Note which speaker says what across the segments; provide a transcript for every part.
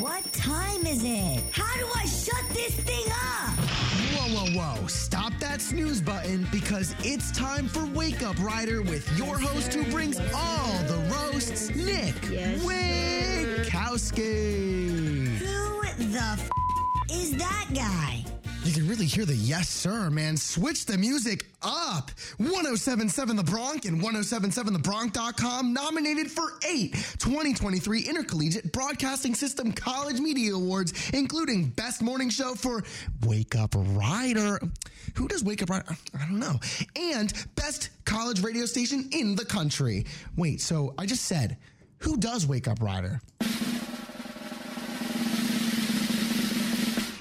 Speaker 1: What time is it? How do I shut this thing up?
Speaker 2: Whoa, whoa, whoa. Stop that snooze button because it's time for Wake Up Rider with your host who brings all the roasts, Nick
Speaker 3: Yes,
Speaker 2: Winkowski.
Speaker 1: Who the f- is that guy?
Speaker 2: You can really hear the yes, sir, man. Switch the music up. 1077 The Bronx and 1077TheBronx.com nominated for eight 2023 Intercollegiate Broadcasting System College Media Awards, including Best Morning Show for Wake Up Rider. Who does Wake Up Rider? I don't know. And Best College Radio Station in the Country. Wait, so I just said, who does Wake Up Rider?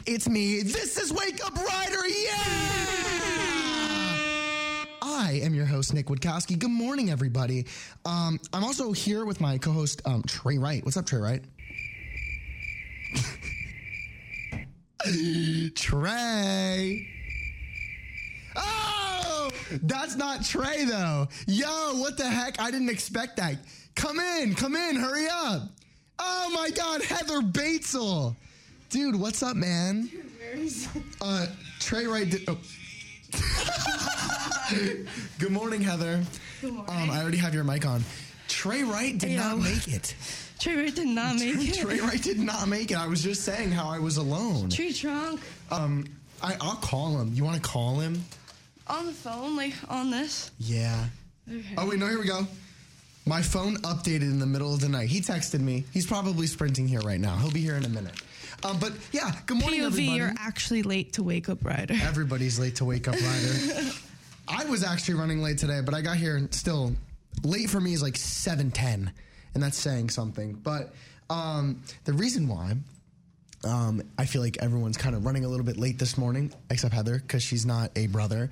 Speaker 2: It's me. This is Wake Up Rider. Yeah! I am your host, Nick Woodkowski. Good morning, everybody. Um, I'm also here with my co host, um, Trey Wright. What's up, Trey Wright? Trey. Oh, that's not Trey, though. Yo, what the heck? I didn't expect that. Come in, come in, hurry up. Oh my God, Heather Batesel. Dude, what's up, man? Uh, Trey Wright did. Oh. Good morning, Heather. Good morning. Um, I already have your mic on. Trey Wright did not make it.
Speaker 3: Trevor did not make it.
Speaker 2: Trey Wright did not make it. I was just saying how I was alone.
Speaker 3: Tree trunk
Speaker 2: Um, I, I'll call him. You want to call him?
Speaker 3: on the phone, like on this.
Speaker 2: Yeah. Oh wait, no, here we go. My phone updated in the middle of the night. He texted me. He's probably sprinting here right now. He'll be here in a minute. Um, but yeah, good morning, everybody.
Speaker 3: POV, you're actually late to wake up, Ryder.
Speaker 2: Everybody's late to wake up, Ryder. I was actually running late today, but I got here and still late for me is like seven ten, and that's saying something. But um, the reason why um, I feel like everyone's kind of running a little bit late this morning, except Heather because she's not a brother.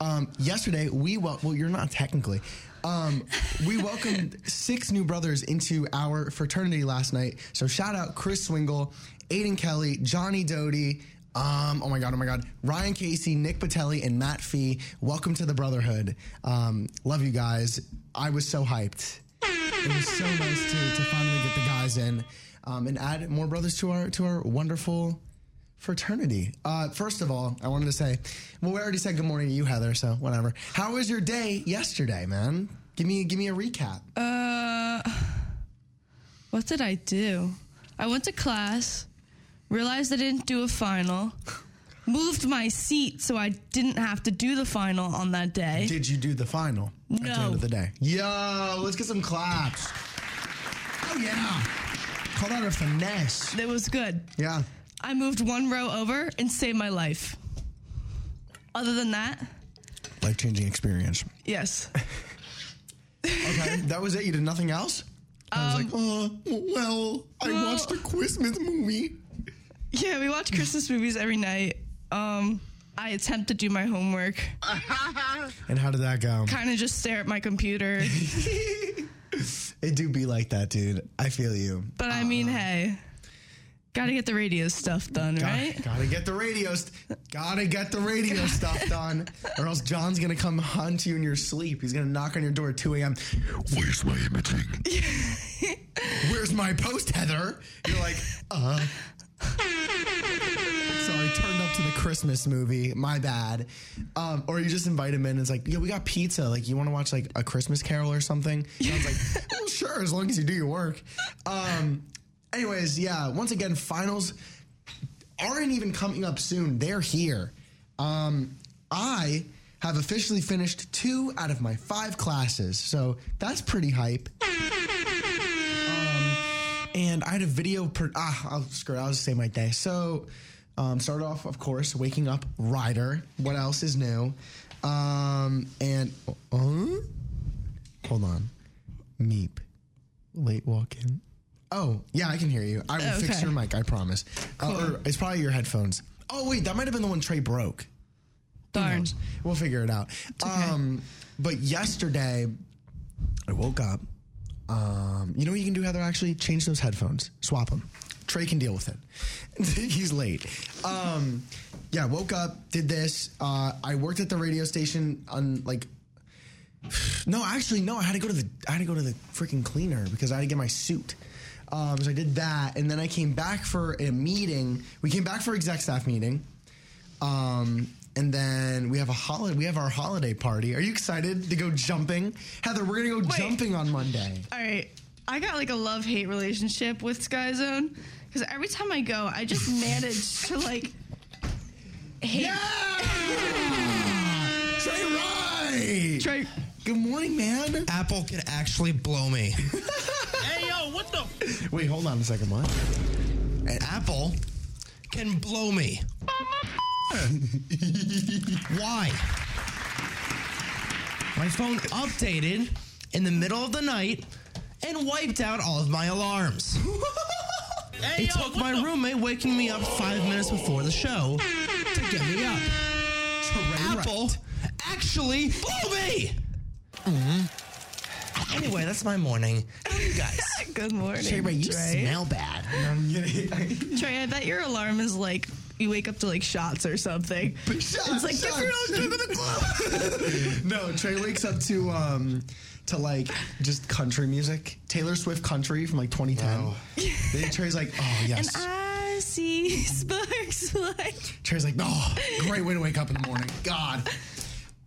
Speaker 2: Um, yesterday we wel- well, you're not technically. Um, we welcomed six new brothers into our fraternity last night. So shout out Chris Swingle, Aiden Kelly, Johnny Doty. Um, oh my god, oh my god, Ryan Casey, Nick Patelli, and Matt Fee. Welcome to the brotherhood. Um, love you guys. I was so hyped it was so nice to, to finally get the guys in um, and add more brothers to our to our wonderful fraternity. Uh, first of all, I wanted to say, well, we already said good morning to you, Heather. So whatever. How was your day yesterday, man? Give me give me a recap.
Speaker 3: Uh, what did I do? I went to class, realized I didn't do a final, moved my seat so I didn't have to do the final on that day.
Speaker 2: Did you do the final at the
Speaker 3: No.
Speaker 2: end of the day? Yo, let's get some claps. Oh yeah, call that a finesse.
Speaker 3: That was good.
Speaker 2: Yeah.
Speaker 3: I moved one row over and saved my life. Other than that,
Speaker 2: Life changing experience.
Speaker 3: yes.
Speaker 2: Okay, that was it. You did nothing else? I was like, oh, well, I
Speaker 3: well-
Speaker 2: watched a Christmas movie.
Speaker 3: Yeah, we watch Christmas movies every night. Um, I attempt to do my homework,
Speaker 2: And how did that go?
Speaker 3: kind of just stare at my computer.
Speaker 2: It do be like that, dude. I feel you.
Speaker 3: But I
Speaker 4: Um,
Speaker 3: mean, hey, gotta get the radio stuff done, right?
Speaker 2: Gotta get the radio, st- gotta get the radio stuff done, or else John's gonna come hunt you in your sleep. He's gonna knock on your door at 2 a.m. Where's my imaging? Where's my post, Heather? You're like, uh. Sorry, turned up to the Christmas movie. My bad. Um, or you just invite him in. And it's like, yeah, we got pizza. Like, you want to watch like a Christmas Carol or something? And I was like, well, sure, as long as you do your work. Um, anyways, yeah. Once again, finals aren't even coming up soon. They're here. Um, I have officially finished two out of my five classes, so that's pretty hype. Um, and I had a video. Per- ah, I'll screw. it, I'll just say my day. So, um, started off, of course, waking up. Rider. What else is new? Um, and uh, hold on, meep. Late walk in. Oh, yeah, I can hear you. I will fix
Speaker 3: Okay.
Speaker 2: your mic, I promise. Uh, or it's probably your headphones. Oh, wait, that might have been the one Trey broke.
Speaker 3: Darn.
Speaker 2: We'll figure it out. Um, but yesterday, I woke up. Um, you know what you can do, Heather? Actually, change those headphones, swap them. Trey can deal with it. He's late. Um, yeah, woke up, did this. Uh, I worked at the radio station on like. No, actually, no. I had to go to the. I had to go to the freaking cleaner because I had to get my suit. Um, so I did that, and then I came back for a meeting. We came back for exec staff meeting, um, and then we have a holiday. We have our holiday party. Are you excited to go jumping, Heather? We're gonna go
Speaker 3: Wait.
Speaker 2: jumping on Monday.
Speaker 3: All right. I got like a love hate relationship with Sky Zone because every time I go, I just manage to like hate.
Speaker 2: Trey Rye.
Speaker 3: Try-
Speaker 2: Good morning, man.
Speaker 4: Apple can actually blow me.
Speaker 5: Hey yo, what the?
Speaker 2: Wait, hold on a second. What?
Speaker 4: Apple can blow me. Why? My phone updated in the middle of the night and wiped out all of my alarms.
Speaker 5: Hey
Speaker 4: It
Speaker 5: yo,
Speaker 4: took
Speaker 5: what
Speaker 4: my
Speaker 5: the-
Speaker 4: roommate waking me up five minutes before the show to get me up. Apple actually blew me. Anyway, that's my morning. You guys,
Speaker 3: Good morning.
Speaker 4: Trey, Ray, you
Speaker 3: Trey.
Speaker 4: smell bad.
Speaker 2: I'm getting
Speaker 3: Trey, I bet your alarm is like you wake up to like shots or something.
Speaker 2: Shots,
Speaker 3: it's like
Speaker 2: shots,
Speaker 3: different
Speaker 2: shots.
Speaker 3: give me the club.
Speaker 2: No, Trey wakes up to um to like just country music, Taylor Swift country from like 2010. Then Trey's like, oh
Speaker 3: And
Speaker 2: yes.
Speaker 3: I see sparks like
Speaker 2: Trey's like, oh, great way to wake up in the morning. God.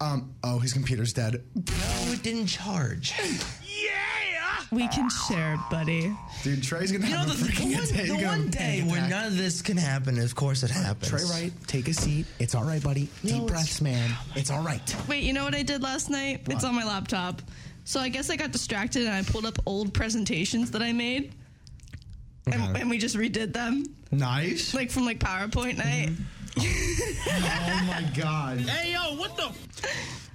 Speaker 2: Um, oh, his computer's dead.
Speaker 4: No, it didn't charge.
Speaker 5: Yeah.
Speaker 3: we can share, buddy.
Speaker 2: Dude, Trey's gonna have a freaking day.
Speaker 4: the one day where none of this can happen, of course it happens.
Speaker 2: Trey Wright, take a seat. It's all right, buddy. Deep
Speaker 4: it's-
Speaker 2: breaths, man. It's all right.
Speaker 3: Wait, you know what I did last night? It's on my laptop. So I guess I got distracted and I pulled up old presentations that I made. And, and we just redid them,
Speaker 2: Nice.
Speaker 3: like from like PowerPoint
Speaker 4: Mm-hmm.
Speaker 3: night.
Speaker 2: oh my god.
Speaker 5: Hey yo, what the?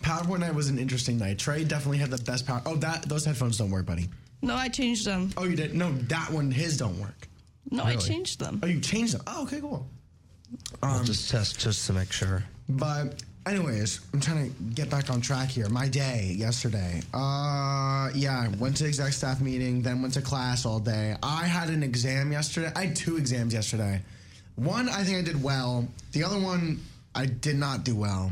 Speaker 2: PowerPoint night was an interesting night. Trey definitely had the best power. Oh, that those headphones don't work, buddy.
Speaker 3: No, I changed them.
Speaker 2: Oh, you did? No, that one. His don't work.
Speaker 3: No, I
Speaker 4: Really?
Speaker 3: changed them.
Speaker 2: Oh, you changed them. Oh, okay, cool.
Speaker 4: I'll just test just to make sure.
Speaker 2: But anyways, I'm trying to get back on track here. My day yesterday. Uh yeah, I went to exec staff meeting, then went to class all day. I had an exam yesterday. I had two exams yesterday. One I think I did well. The other one I did not do well.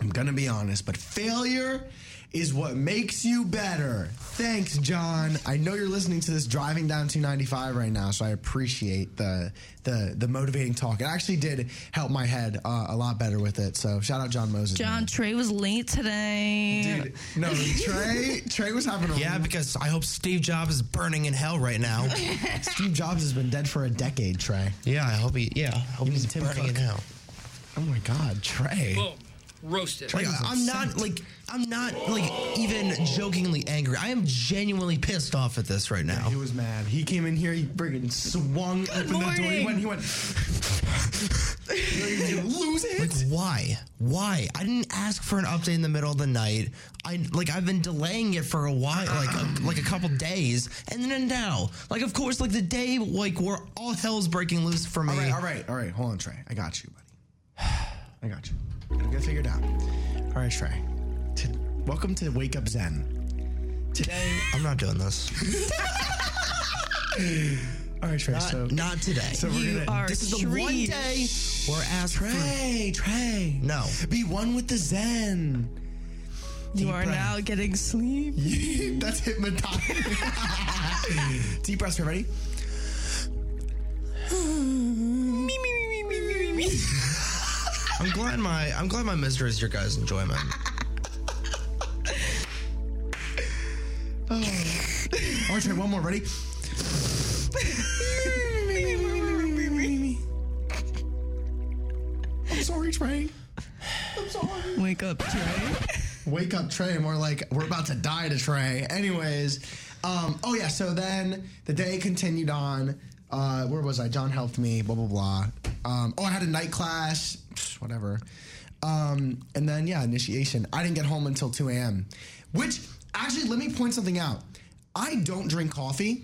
Speaker 2: I'm gonna be honest, but failure is what makes you better. Thanks, John. I know you're listening to this driving down 295 right now, so I appreciate the the the motivating talk. It actually did help my head uh, a lot better with it. So shout out John Moses.
Speaker 3: John
Speaker 2: man.
Speaker 3: Trey was late today.
Speaker 2: Dude, no, Trey. Trey was having a
Speaker 4: Yeah, because I hope Steve Jobs is burning in hell right now.
Speaker 2: Steve Jobs has been dead for a decade. Trey.
Speaker 4: yeah, I hope he. Yeah, I hope he's
Speaker 2: need Tim
Speaker 4: burning in
Speaker 2: Cook.
Speaker 4: hell.
Speaker 2: Oh my God, Trey.
Speaker 5: Boom. Roasted.
Speaker 4: Like,
Speaker 2: was
Speaker 4: I'm not
Speaker 2: upset.
Speaker 4: like I'm not like even jokingly angry. I am genuinely pissed off at this right now.
Speaker 2: He was mad. He came in here, he friggin' swung open that door. He
Speaker 3: morning.
Speaker 2: went, he went, You lose it.
Speaker 4: Like why? Why? I didn't ask for an update in the middle of the night. I like I've been delaying it for a while, like a, like a couple days, and then now, like of course, like the day like where all hell's breaking loose for me.
Speaker 2: All right, all right, all right. Hold on, Trey. I got you, buddy. I got you. I'm gonna figure it out. All right, Trey. T- welcome to Wake Up Zen. Today,
Speaker 4: I'm not doing this.
Speaker 2: all right, Trey.
Speaker 4: Not,
Speaker 2: so,
Speaker 4: not today.
Speaker 2: so we're
Speaker 3: You
Speaker 2: gonna.
Speaker 3: are
Speaker 4: this is the
Speaker 3: trash.
Speaker 4: one day where I ask for
Speaker 2: Trey, Trey.
Speaker 4: No.
Speaker 2: Be one with the Zen.
Speaker 3: You are
Speaker 2: breath.
Speaker 3: now getting sleep.
Speaker 2: That's hypnotized. Deep breath, Trey. Ready?
Speaker 4: I'm glad my I'm glad my mister is your guys' enjoyment.
Speaker 2: All right, Trey. One more. Ready? I'm sorry, Trey.
Speaker 3: Wake up, Trey.
Speaker 2: wake up Trey, and we're like, we're about to die to Trey. Anyways, um, oh yeah, so then the day continued on. Uh, where was I? John helped me, blah, blah, blah. Um, oh, I had a night class, psh, whatever. Um, and then, yeah, initiation. I didn't get home until 2 a.m., which actually, let me point something out. I don't drink coffee.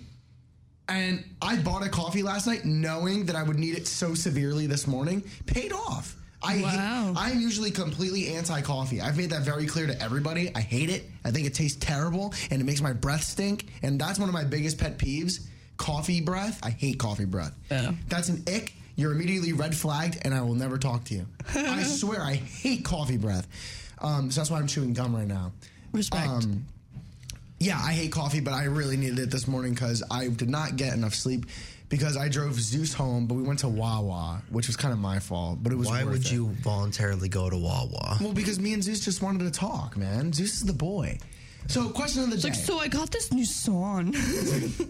Speaker 2: And I bought a coffee last night knowing that I would need it so severely this morning. Paid off. I hate-
Speaker 3: Wow.
Speaker 2: I'm usually completely anti coffee. I've made that very clear to everybody. I hate it. I think it tastes terrible and it makes my breath stink. And that's one of my biggest pet peeves coffee breath. I hate coffee breath. That's an ick. You're immediately red flagged and I will never talk to you. I swear, I hate coffee breath. Um, so that's why I'm chewing gum right now.
Speaker 3: Respect.
Speaker 2: Um, yeah, I hate coffee, but I really needed it this morning because I did not get enough sleep because I drove Zeus home, but we went to Wawa, which was kind of my fault. But it was
Speaker 4: Why
Speaker 2: worth
Speaker 4: would
Speaker 2: it.
Speaker 4: you voluntarily go to Wawa?
Speaker 2: Well, because me and Zeus just wanted to talk, man. Zeus is the boy. So, question of the day.
Speaker 3: Like, so I got this new song.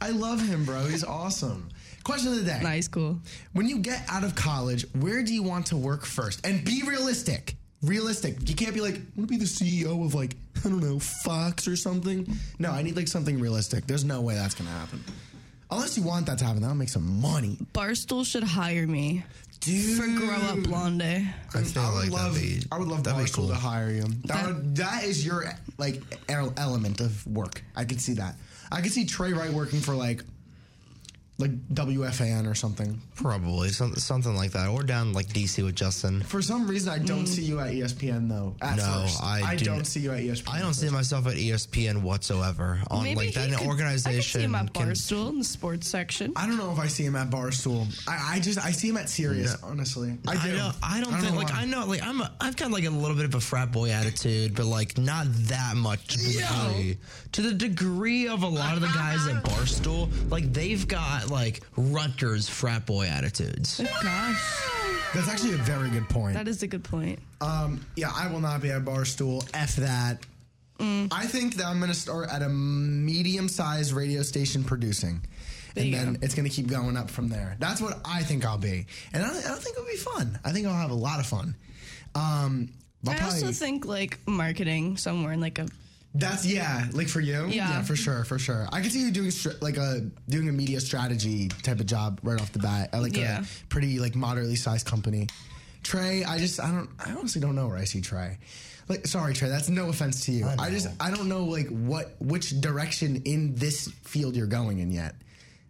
Speaker 2: I love him, bro. He's awesome. Question of the day.
Speaker 3: nice, cool.
Speaker 2: When you get out of college, where do you want to work first? And be realistic. Realistic. You can't be like, I want to be the CEO of like, I don't know, Fox or something. No, I need like something realistic. There's no way that's gonna happen. Unless you want that to happen, that'll make some money.
Speaker 3: Barstool should hire me
Speaker 2: Dude.
Speaker 3: for Grow Up Blonde.
Speaker 4: I feel
Speaker 2: I would
Speaker 4: like
Speaker 2: love,
Speaker 4: that'd be,
Speaker 2: I would love
Speaker 4: that'd be
Speaker 2: Barstool
Speaker 4: cool.
Speaker 2: to hire you. That,
Speaker 3: That-
Speaker 2: would, that is your like el- element of work. I could see that. I could see Trey Wright working for like, like WFAN or something.
Speaker 4: Probably some, something like that, or down like DC with Justin.
Speaker 2: For some reason, I
Speaker 3: Mm.
Speaker 2: don't see you at E ESPN though. At
Speaker 4: No,
Speaker 2: first.
Speaker 4: I do-
Speaker 2: not see you at E ESPN.
Speaker 4: I don't see myself at E ESPN whatsoever. On
Speaker 3: Maybe
Speaker 4: like
Speaker 3: he
Speaker 4: that
Speaker 3: could-
Speaker 4: organization.
Speaker 3: I could see him at
Speaker 4: can-
Speaker 3: Barstool in the sports section.
Speaker 2: I don't know if I see him at Barstool. I, I just I see him at Sirius. Honestly, I
Speaker 4: I
Speaker 2: do.
Speaker 4: don't. I don't, think.
Speaker 2: know
Speaker 4: Like
Speaker 2: why.
Speaker 4: I know. Like I'm. A, I've got like a little bit of a frat boy attitude, but like not that much. To the, degree, to the degree of a lot of the guys at Barstool, like they've got like Rutgers frat boy attitudes.
Speaker 3: Gosh,
Speaker 2: That's actually a very good point.
Speaker 3: that is a good point.
Speaker 2: Um, yeah, I will not be at Barstool. F that.
Speaker 3: Mm.
Speaker 2: I think that I'm going to start at a medium sized radio station producing. and
Speaker 3: you
Speaker 2: then
Speaker 3: go.
Speaker 2: it's going to keep going up from there. That's what I think I'll be. And I, I think it'll be fun. I think I'll have a lot of fun. Um, I'll
Speaker 3: I also
Speaker 2: probably-
Speaker 3: think like marketing somewhere in like a
Speaker 2: that's yeah, like for you,
Speaker 3: Yeah.
Speaker 2: for sure, for sure. I could see you doing str- like a doing a media strategy type of job right off the bat at like
Speaker 3: Yeah.
Speaker 2: a pretty like moderately sized company. Trey, I just I don't I honestly don't know where I see Trey. Like sorry Trey, that's no offense to you. I, just I don't know like what which direction in this field you're going in yet.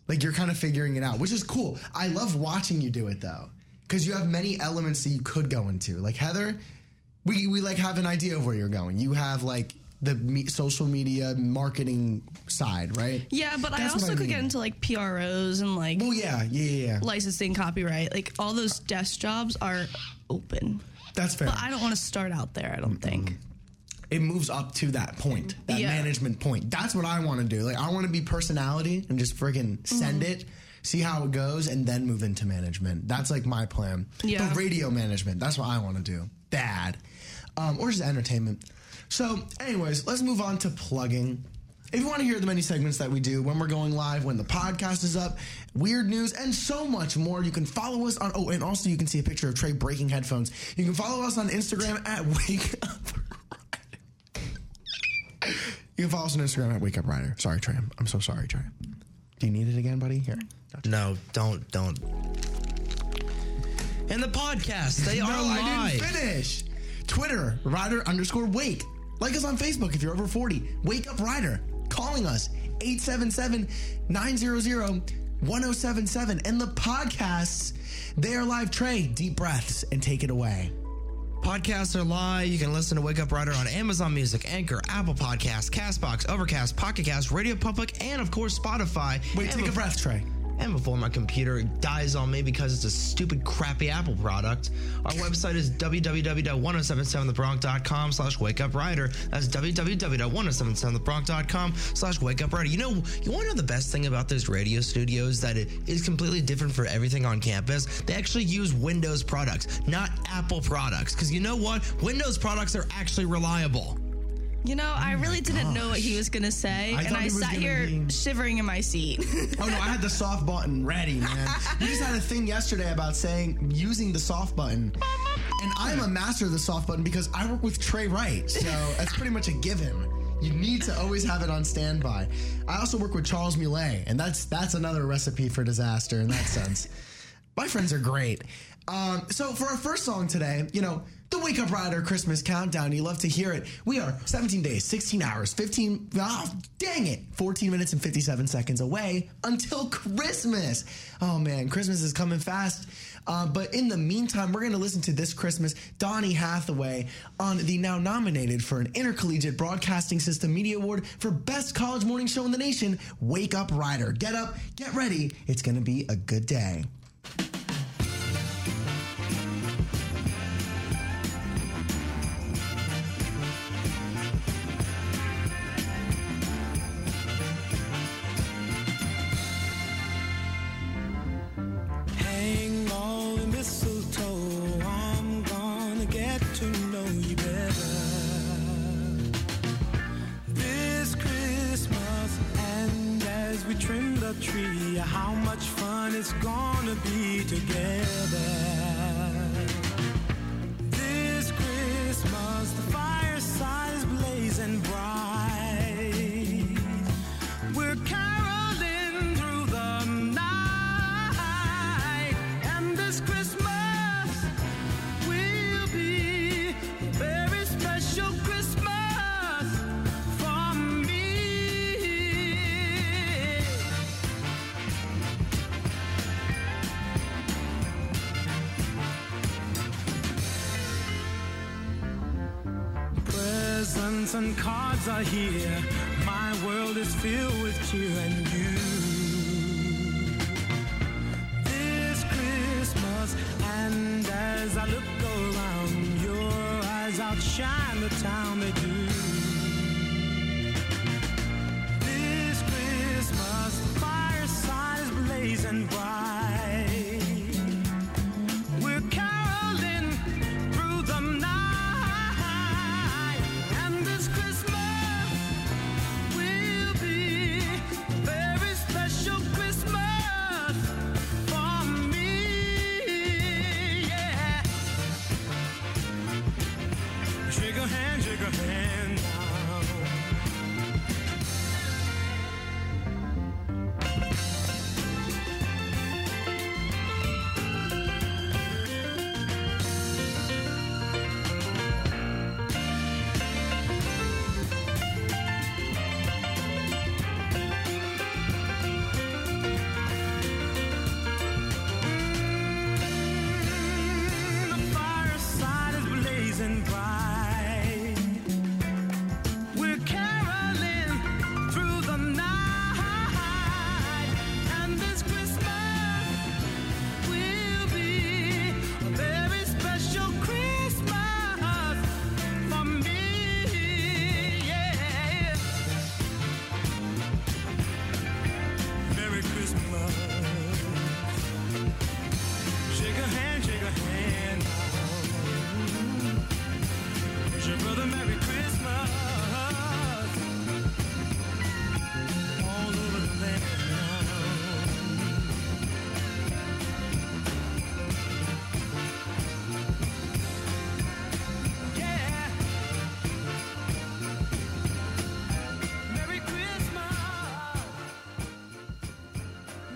Speaker 2: Like you're kind of figuring it out, which is cool. I love watching you do it though, because you have many elements that you could go into. Like Heather, we we like have an idea of where you're going. You have like the me- social media marketing side, right?
Speaker 3: yeah. But I
Speaker 2: That's what
Speaker 3: also
Speaker 2: I
Speaker 3: could get
Speaker 2: mean.
Speaker 3: into like PROs and like
Speaker 2: Well, yeah, yeah, yeah, yeah.
Speaker 3: licensing, copyright. Like all those desk jobs are open.
Speaker 2: That's fair.
Speaker 3: But I don't want to start out there. I don't think.
Speaker 2: it moves up to that point, that
Speaker 3: Yeah.
Speaker 2: management point. That's what I want to do. Like I want to be personality and just friggin' send
Speaker 3: Mm-hmm.
Speaker 2: it, see how it goes, and then move into management. That's like my plan.
Speaker 3: Yeah.
Speaker 2: But radio management. That's what I want to do. Bad, um, or just entertainment. So, anyways, let's move on to plugging. If you want to hear the many segments that we do when we're going live, when the podcast is up, weird news, and so much more, you can follow us on. Oh, and also you can see a picture of Trey breaking headphones. You can follow us on Instagram at Wake Up you can follow us on Instagram at Wake Up Rider. Sorry, Trey. I'm, I'm so sorry, Trey. Do you need it again, buddy? Here.
Speaker 4: No, don't, don't. And the podcast, they are
Speaker 2: I
Speaker 4: live.
Speaker 2: didn't finish. Twitter, Rider underscore Wake. Like us on Facebook if you're over 40. Wake Up Rider. Calling us 877-900-1077. And the podcasts, they are live. Trey, deep breaths and take it away.
Speaker 4: Podcasts are live. You can listen to Wake Up Rider on Amazon Music, Anchor, Apple Podcasts, Castbox, Overcast, Pocket Cast, Radio Public, and of course Spotify.
Speaker 2: Wait,
Speaker 4: and
Speaker 2: take a
Speaker 4: bef-
Speaker 2: breath, Trey.
Speaker 4: And before my computer dies on me because it's a stupid, crappy Apple product, our website is www.1077thebronx.com slash wake up rider. That's www.1077thebronx.com slash wake up rider. You know, you want to know the best thing about those radio studios that it is completely different for everything on campus? They actually use Windows products, not Apple products. Because you know what? Windows products are actually reliable.
Speaker 3: You know, I
Speaker 4: Oh
Speaker 3: really didn't know what he was gonna say,
Speaker 2: I
Speaker 3: and
Speaker 2: thought
Speaker 3: I
Speaker 2: he was
Speaker 3: sat
Speaker 2: gonna
Speaker 3: here
Speaker 2: be-
Speaker 3: shivering in my seat.
Speaker 2: Oh no, I had the soft button ready, man. You just had a thing yesterday about saying using the soft button. And I'm a master of the soft button because I work with Trey Wright. So that's pretty much a given. You need to always have it on standby. I also work with Charles Muley, and that's that's another recipe for disaster in that sense. My friends are great. Um, so for our first song today, you know, the Wake Up Rider Christmas Countdown. You love to hear it. We are 17 days, 16 hours, 15, ah, dang it, 14 minutes and 57 seconds away until Christmas. Oh man, Christmas is coming fast. Uh, but in the meantime, we're going to listen to this Christmas Donnie Hathaway on the now nominated for an Intercollegiate Broadcasting System Media Award for Best College Morning Show in the Nation, Wake Up Rider. Get up, get ready. It's going to be a good day.
Speaker 6: Wake you how much fun it's gonna be together. This Christmas, the fireside is blazing bright. We're caroling through the night, and this Christmas will be a very special Christmas for me. Presents and cards are here. My world is filled with cheer and you. This Christmas, and as I look around, your eyes outshine the town they do. This Christmas, the fireside is blazing bright. We're caroling through the night, and this Christmas will be a very special Christmas for me. Yeah. Shake a hand, shake a hand now. The fireside is blazing bright. We're caroling through the night, and this Christmas will be a very special Christmas for me. Yeah. Merry Christmas. Shake a hand, shake a hand. Wish your brother Merry Christmas. All over the land. Yeah. Merry Christmas.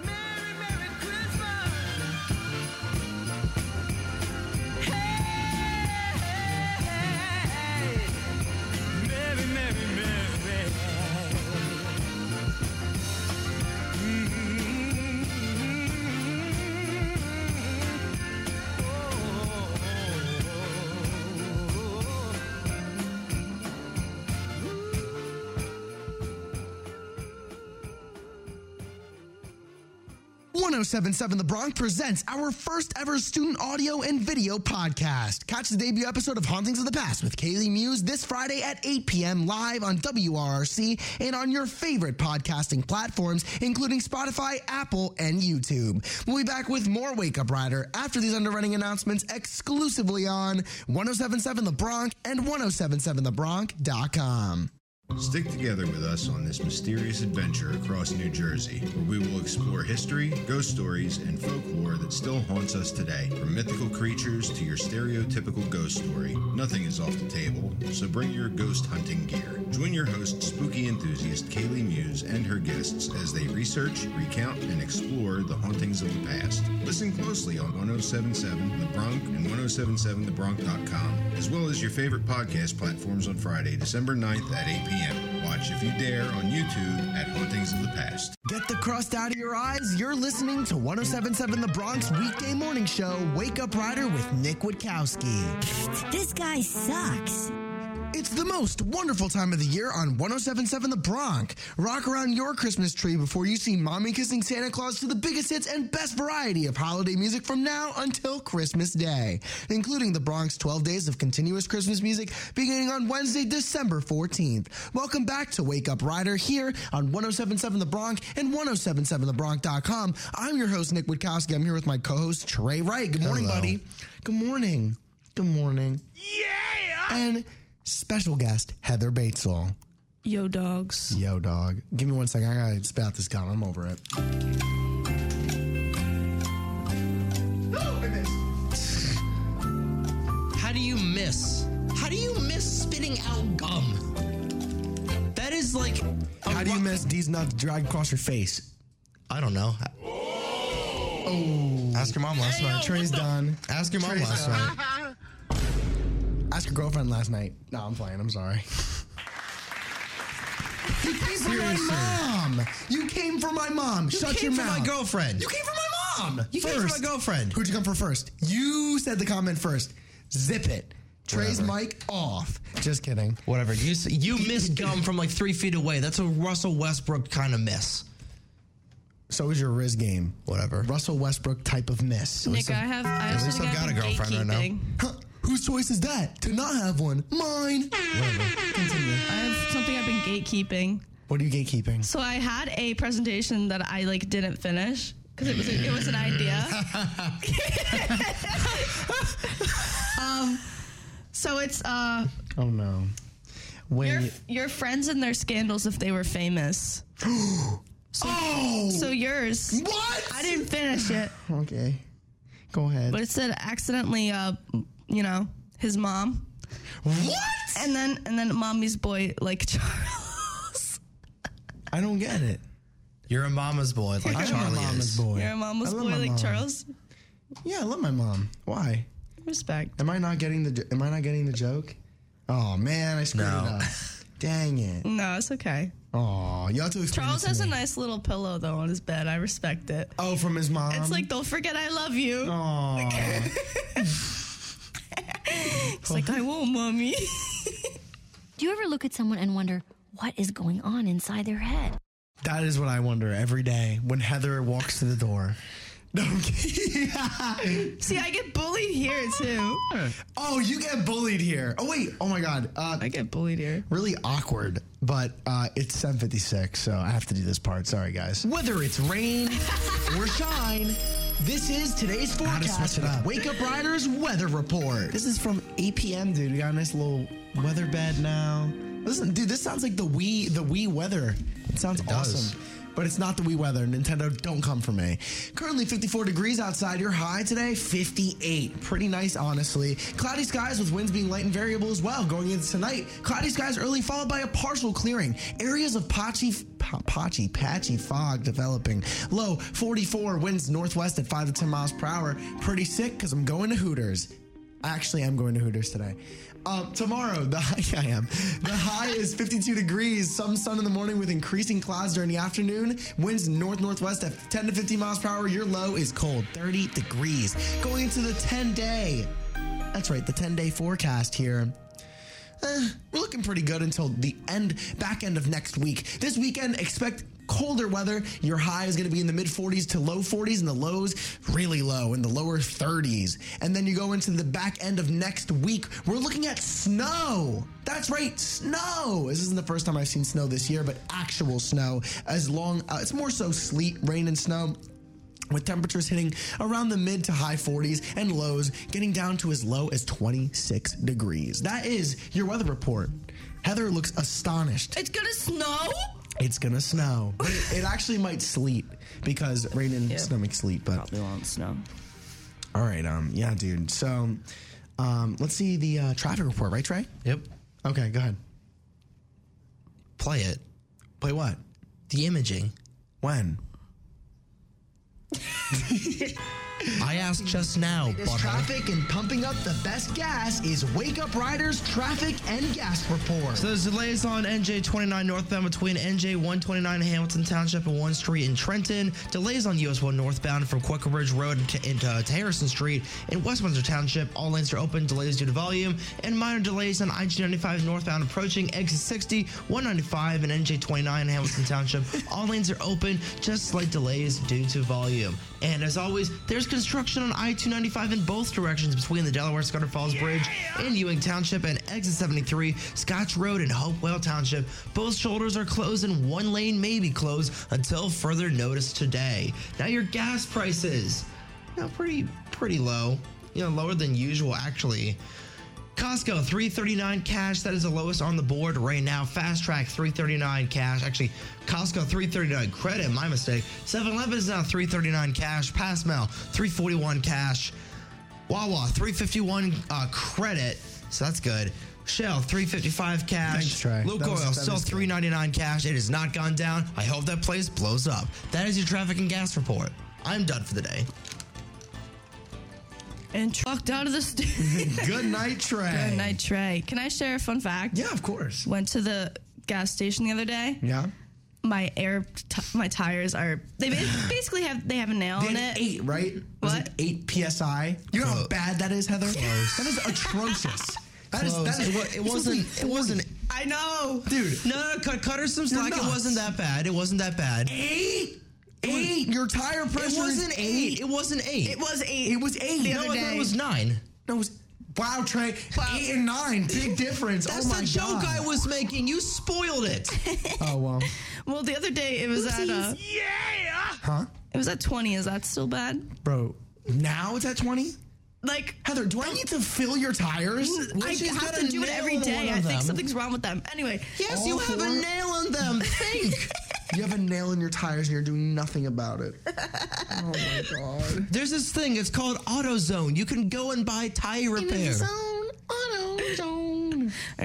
Speaker 6: Merry, Merry Christmas. Hey, Merry, merry, merry.
Speaker 2: One zero seven seven The Bronx presents our first ever student audio and video podcast. Catch the debut episode of Hauntings of the Past with Kaylee Muse this Friday at 8 p.m. live on WRRC and on your favorite podcasting platforms, including Spotify, Apple, and YouTube. We'll be back with more Wake Up Rider after these underrunning announcements exclusively on 1077 The Bronx and 1077TheBronx.com.
Speaker 7: Stick together with us on this mysterious adventure across New Jersey, where we will explore history, ghost stories, and folklore that still haunts us today. From mythical creatures to your stereotypical ghost story, nothing is off the table, so bring your ghost hunting gear. Join your host, spooky enthusiast Kaylee Muse, and her guests as they research, recount, and explore the hauntings of the past. Listen closely on 1077 The Bronx and 1077TheBronx.com, as well as your favorite podcast platforms on Friday, December 9th at 8 p.m. Watch If You Dare on YouTube at Hauntings of the Past.
Speaker 2: Get the crust out of your eyes. You're listening to 1077 The Bronx weekday morning show, Wake Up Rider with Nick Witkowski.
Speaker 1: This guy sucks.
Speaker 2: It's the most wonderful time of the year on 1077 The Bronx. Rock around your Christmas tree before you see Mommy Kissing Santa Claus to the biggest hits and best variety of holiday music from now until Christmas Day, including the Bronx 12 days of continuous Christmas music beginning on Wednesday, December 14th. Welcome back to Wake Up Rider here on 1077 The Bronx and 1077TheBronx.com. I'm your host, Nick Witkowski. I'm here with my co host, Trey Wright. Good morning,
Speaker 4: Hello.
Speaker 2: buddy. Good morning. Good morning
Speaker 5: Yeah!
Speaker 2: and special guest Heather Batesall.
Speaker 3: Yo, dogs.
Speaker 2: Yo, dog. Give me one second. I gotta spit out this gum. I'm over it.
Speaker 4: do you miss spitting out gum? That is like. a
Speaker 2: How do you
Speaker 4: ru-
Speaker 2: miss these nuts dragged across your face?
Speaker 4: I don't know. Oh. Ask your mom last
Speaker 5: Hey, yo,
Speaker 4: night.
Speaker 2: Trey's
Speaker 5: what the-
Speaker 2: done.
Speaker 4: Ask your mom
Speaker 2: Trey's
Speaker 4: last
Speaker 2: done.
Speaker 4: night.
Speaker 2: Ask your girlfriend last night. No, I'm playing. I'm sorry. You came for my mom. You came for my mom.
Speaker 4: You
Speaker 2: Shut
Speaker 4: came
Speaker 2: your
Speaker 4: for
Speaker 2: mouth.
Speaker 4: my girlfriend.
Speaker 2: You came for my mom.
Speaker 4: You came for my girlfriend.
Speaker 2: Who'd you come for first? You said the comment first. Zip it. Trey's
Speaker 4: Whatever.
Speaker 2: mic off. Just kidding.
Speaker 4: Whatever. You s- you miss gum from like three feet away. That's a Russell Westbrook kind of miss.
Speaker 2: So is your Riz game.
Speaker 4: Whatever.
Speaker 2: Russell Westbrook type of miss.
Speaker 3: Nick, I have. I have
Speaker 4: least
Speaker 3: something
Speaker 4: I've
Speaker 3: I
Speaker 4: got
Speaker 3: have
Speaker 4: a girlfriend right now.
Speaker 3: gatekeeping.
Speaker 2: Huh, whose choice is that? To not have one? Mine.
Speaker 3: I have something I've been gatekeeping.
Speaker 2: What are you gatekeeping?
Speaker 3: So I had a presentation that I like didn't finish because it was a, it was an idea. um, Um, so it's uh,
Speaker 2: Oh no.
Speaker 3: your
Speaker 2: Wait.
Speaker 3: your friends and their scandals if they were famous.
Speaker 2: Oh.
Speaker 3: So yours,
Speaker 2: what?
Speaker 3: I didn't finish it,
Speaker 2: Okay. Go ahead.
Speaker 3: but it said accidentally. Uh, you know his mom,
Speaker 2: What?
Speaker 3: and then and then mommy's boy like Charles.
Speaker 2: I don't get it.
Speaker 4: You're a mama's boy, like
Speaker 2: I love
Speaker 4: Charlie
Speaker 2: my mama's
Speaker 4: is.
Speaker 2: boy.
Speaker 3: Your
Speaker 2: I
Speaker 3: mama's
Speaker 2: love
Speaker 3: boy
Speaker 2: my
Speaker 3: like
Speaker 2: mom.
Speaker 3: Charles.
Speaker 2: Yeah, I love my mom. Why?
Speaker 3: Respect.
Speaker 2: Am I not getting the jo- Am I not getting the joke? Oh man, I screwed
Speaker 4: No.
Speaker 2: it up. Dang it.
Speaker 3: No, it's okay.
Speaker 2: Oh, you have to explain.
Speaker 3: Charles
Speaker 2: it to
Speaker 3: has a
Speaker 2: me.
Speaker 3: nice little pillow though on his bed. I respect it.
Speaker 2: Oh, from his mom.
Speaker 3: It's like, don't forget I love you.
Speaker 2: Oh,
Speaker 3: It's like, I won't, mommy.
Speaker 1: Do you ever look at someone and wonder what is going on inside their head?
Speaker 2: that is what I wonder every day when Heather walks to the door. No, I'm kidding.
Speaker 3: See, I get bullied here too.
Speaker 2: oh, you get bullied here. Oh wait. Oh my God. Uh,
Speaker 3: I get bullied here.
Speaker 2: really awkward, but uh, it's 7:56, so I have to do this part. Sorry, guys.
Speaker 4: Whether it's rain or shine, this is today's
Speaker 2: switch
Speaker 4: forecast
Speaker 2: it
Speaker 4: with
Speaker 2: up.
Speaker 4: Wake Up Riders Weather Report.
Speaker 2: This is from 8 p.m., dude. We got a nice little weather bed now. Listen, dude, this sounds like the Wii, the Wii weather. It sounds
Speaker 4: does.
Speaker 2: awesome. But it's not the Wii weather. Nintendo, don't come for me. Currently 54 degrees outside. Your high today, 58. Pretty nice, honestly. Cloudy skies with winds being light and variable as well. Going into tonight, cloudy skies early, followed by a partial clearing. Areas of patchy, pa- patchy, patchy fog developing. Low 44, winds northwest at 5 to 10 miles per hour. Pretty sick because I'm going to Hooters. I actually am going to Hooters today. Um, tomorrow, the high, yeah, I am. The high is 52 degrees. Some sun in the morning with increasing clouds during the afternoon. Winds north northwest at 10 to 15 miles per hour. Your low is cold, 30 degrees. Going into the 10 day. That's right, the 10 day forecast here. Eh, we're looking pretty good until the end, back end of next week. This weekend, expect colder weather. Your high is going to be in the mid 40s to low 40s, and the lows really low in the lower 30s. And then you go into the back end of next week. We're looking at snow. That's right, snow. This isn't the first time I've seen snow this year, but actual snow. As long, uh, it's more so sleet, rain, and snow with temperatures hitting around the mid to high 40s and lows getting down to as low as 26 degrees. That is your weather report. Heather looks astonished.
Speaker 3: It's gonna snow?
Speaker 2: It's gonna snow. But it, it actually might sleet because rain and snow make sleet. But
Speaker 3: Probably won't snow.
Speaker 2: all right, um, yeah, dude. So, um, let's see the uh, traffic report, right, Trey?
Speaker 4: Yep.
Speaker 2: Okay, go ahead.
Speaker 4: Play it.
Speaker 2: Play what?
Speaker 4: The imaging.
Speaker 2: When?
Speaker 4: I asked just now,
Speaker 2: This
Speaker 4: butthole.
Speaker 2: traffic and pumping up the best gas is Wake Up Riders Traffic and Gas Report.
Speaker 4: So there's delays on NJ 29 northbound between NJ 129 Hamilton Township and 1 Street in Trenton. Delays on US 1 northbound from Quaker Ridge Road to, into to Harrison Street in Westminster Township. All lanes are open. Delays due to volume and minor delays on IG 95 northbound approaching exit 60, 195, and NJ 29 Hamilton Township. All lanes are open. Just slight delays due to volume. And as always, there's construction on I 295 in both directions between the Delaware Scudder Falls Bridge in Ewing Township and exit 73, Scotch Road and Hopewell Township. Both shoulders are closed and one lane may be closed until further notice today. Now, your gas prices. You know, pretty, pretty low. You know, lower than usual, actually. Costco 339 cash. That is the lowest on the board right now. Fast Track 339 cash. Actually, Costco 339 credit. My mistake. 7 Eleven is now 339 cash. Pass Mail 341 cash. Wawa 351 uh, credit. So that's good. Shell, 355 cash.
Speaker 2: Thanks, Trey.
Speaker 4: Luke
Speaker 2: That was-
Speaker 4: Oil,
Speaker 2: that
Speaker 4: still
Speaker 2: was good.
Speaker 4: 399 cash. It has not gone down. I hope that place blows up. That is your traffic and gas report. I'm done for the day.
Speaker 3: and trucked out of the station.
Speaker 2: Good night, Trey.
Speaker 3: Good night, Trey. Can I share a fun fact?
Speaker 2: Yeah, of course.
Speaker 3: Went to the gas station the other day.
Speaker 2: Yeah.
Speaker 3: My air, t- my tires are. They ba- basically have they have a nail in
Speaker 2: Then
Speaker 3: it.
Speaker 2: eight, right? Was it
Speaker 3: What?
Speaker 2: eight psi? You know how
Speaker 4: Close.
Speaker 2: bad that is, Heather. That is atrocious. That is that is
Speaker 4: It wa- it,
Speaker 2: it's supposed to be
Speaker 4: wasn't. It wasn't.
Speaker 3: I know.
Speaker 4: Dude, no, no, cut, cut her some
Speaker 2: You're
Speaker 4: slack. It
Speaker 2: nuts.
Speaker 4: wasn't that bad. It wasn't that bad.
Speaker 2: eight. Eight. Your tire pressure.
Speaker 4: It
Speaker 2: is
Speaker 4: wasn't eight. It wasn't eight.
Speaker 3: It was eight.
Speaker 2: It was eight.
Speaker 3: The
Speaker 2: No,
Speaker 3: other
Speaker 4: no, I thought
Speaker 3: day.
Speaker 4: it was nine.
Speaker 2: No, it was, wow, Trey.
Speaker 3: Wow.
Speaker 2: Eight and nine. Big difference.
Speaker 4: That's
Speaker 2: oh my
Speaker 4: the joke
Speaker 2: God.
Speaker 4: I was making. You spoiled it.
Speaker 2: Oh well.
Speaker 3: well, the other day it was at uh,
Speaker 5: Yeah!
Speaker 2: Huh?
Speaker 3: it was at twenty. Is that still bad?
Speaker 2: Bro, now it's at twenty?
Speaker 3: Like
Speaker 2: Heather, do I need to fill your tires?
Speaker 3: I
Speaker 4: she's
Speaker 3: have
Speaker 4: got
Speaker 3: to
Speaker 4: a
Speaker 3: do it
Speaker 4: nail
Speaker 3: every
Speaker 4: in
Speaker 3: day.
Speaker 4: one
Speaker 3: I
Speaker 4: of
Speaker 3: think
Speaker 4: them.
Speaker 3: something's wrong with them. Anyway,
Speaker 4: Yes,
Speaker 2: All
Speaker 4: you have
Speaker 2: four?
Speaker 4: a nail in them. Think.
Speaker 2: You have a nail in your tires and you're doing nothing about it. oh my god.
Speaker 4: There's this thing. It's called AutoZone. You can go and buy tire repair.
Speaker 3: All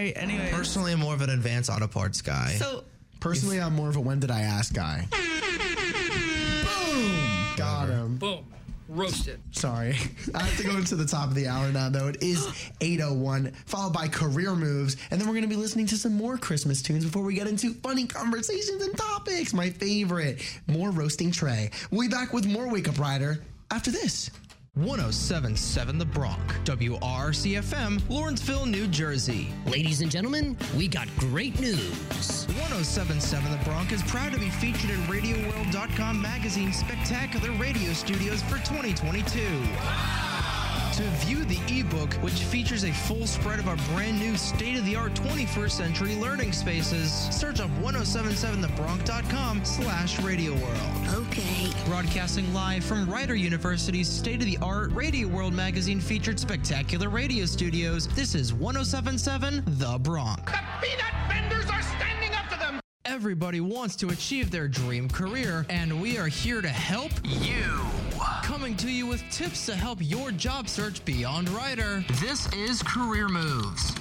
Speaker 3: right, anyway.
Speaker 4: Personally, I'm more of an advanced auto parts guy.
Speaker 3: So
Speaker 2: Personally, I'm more of a when did I ask guy. Boom! Got him.
Speaker 5: Boom. Roasted.
Speaker 2: Sorry. I have to go into the top of the hour now, though. It is 8.01, followed by career moves. And then we're going to be listening to some more Christmas tunes before we get into funny conversations and topics. My favorite. More roasting Trey. We'll be back with more Wake Up Rider after this.
Speaker 4: 1077 The Bronx, WRCFM, Lawrenceville, New Jersey.
Speaker 8: Ladies and gentlemen, we got great news.
Speaker 4: 1077 The Bronx is proud to be featured in RadioWorld.com magazine Spectacular Radio Studios for 2022. To view the ebook, which features a full spread of our brand new state of the art 21st century learning spaces, search up 1077thebronx.com slash Radio World.
Speaker 8: Okay.
Speaker 4: Broadcasting live from Rider University's state of the art Radio World magazine featured spectacular radio studios, this is 1077 The Bronx.
Speaker 5: Peanut vendors are standing up to them!
Speaker 4: Everybody wants to achieve their dream career, and we are here to help you. Coming to you with tips to help your job search beyond Rider. This is Career Moves.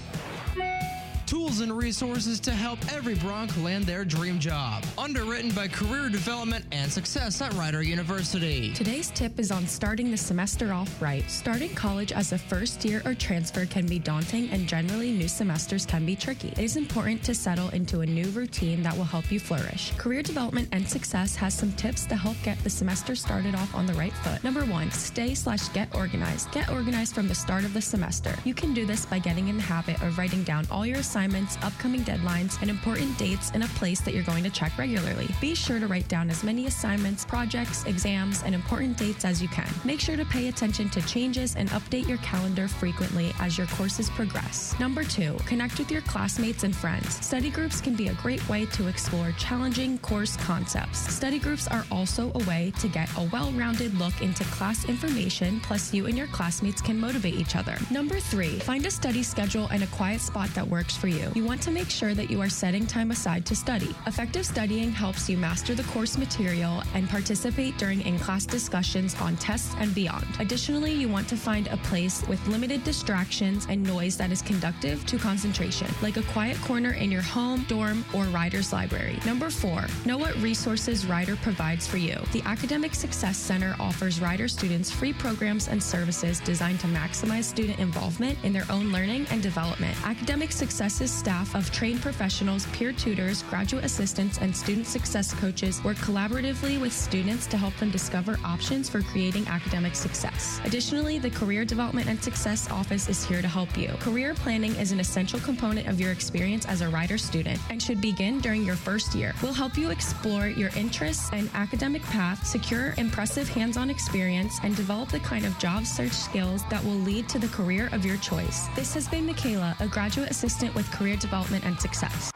Speaker 4: Tools and resources to help every Bronc land their dream job. Underwritten by Career Development and Success at Rider University.
Speaker 9: Today's tip is on starting the semester off right. Starting college as a first year or transfer can be daunting, and generally, new semesters can be tricky. It is important to settle into a new routine that will help you flourish. Career Development and Success has some tips to help get the semester started off on the right foot. Number one, stay slash get organized. Get organized from the start of the semester. You can do this by getting in the habit of writing down all your assignments, upcoming deadlines, and important dates in a place that you're going to check regularly. Be sure to write down as many assignments, projects, exams, and important dates as you can. Make sure to pay attention to changes and update your calendar frequently as your courses progress. Number two, connect with your classmates and friends. Study groups can be a great way to explore challenging course concepts. Study groups are also a way to get a well rounded look into class information, plus, you and your classmates can motivate each other. Number three, find a study schedule and a quiet spot that works for you. You want to make sure that you are setting time aside to study. Effective studying helps you master the course material and participate during in class discussions on tests and beyond. Additionally, you want to find a place with limited distractions and noise that is conductive to concentration, like a quiet corner in your home, dorm, or Rider's library. Number four, know what resources Rider provides for you. The Academic Success Center offers Rider students free programs and services designed to maximize student involvement in their own learning and development. Academic Success's staff of trained professionals, peer tutors, graduate assistants, and student success coaches work collaboratively with students to help them discover options for creating academic success. Additionally, the Career Development and Success Office is here to help you. Career planning is an essential component of your experience as a writer student and should begin during your first year. We'll help you explore your interests and academic path, secure impressive hands on experience, and develop the kind of job search skills that will lead to the career of your choice. This has been Michaela, a graduate assistant with Career Development and Success.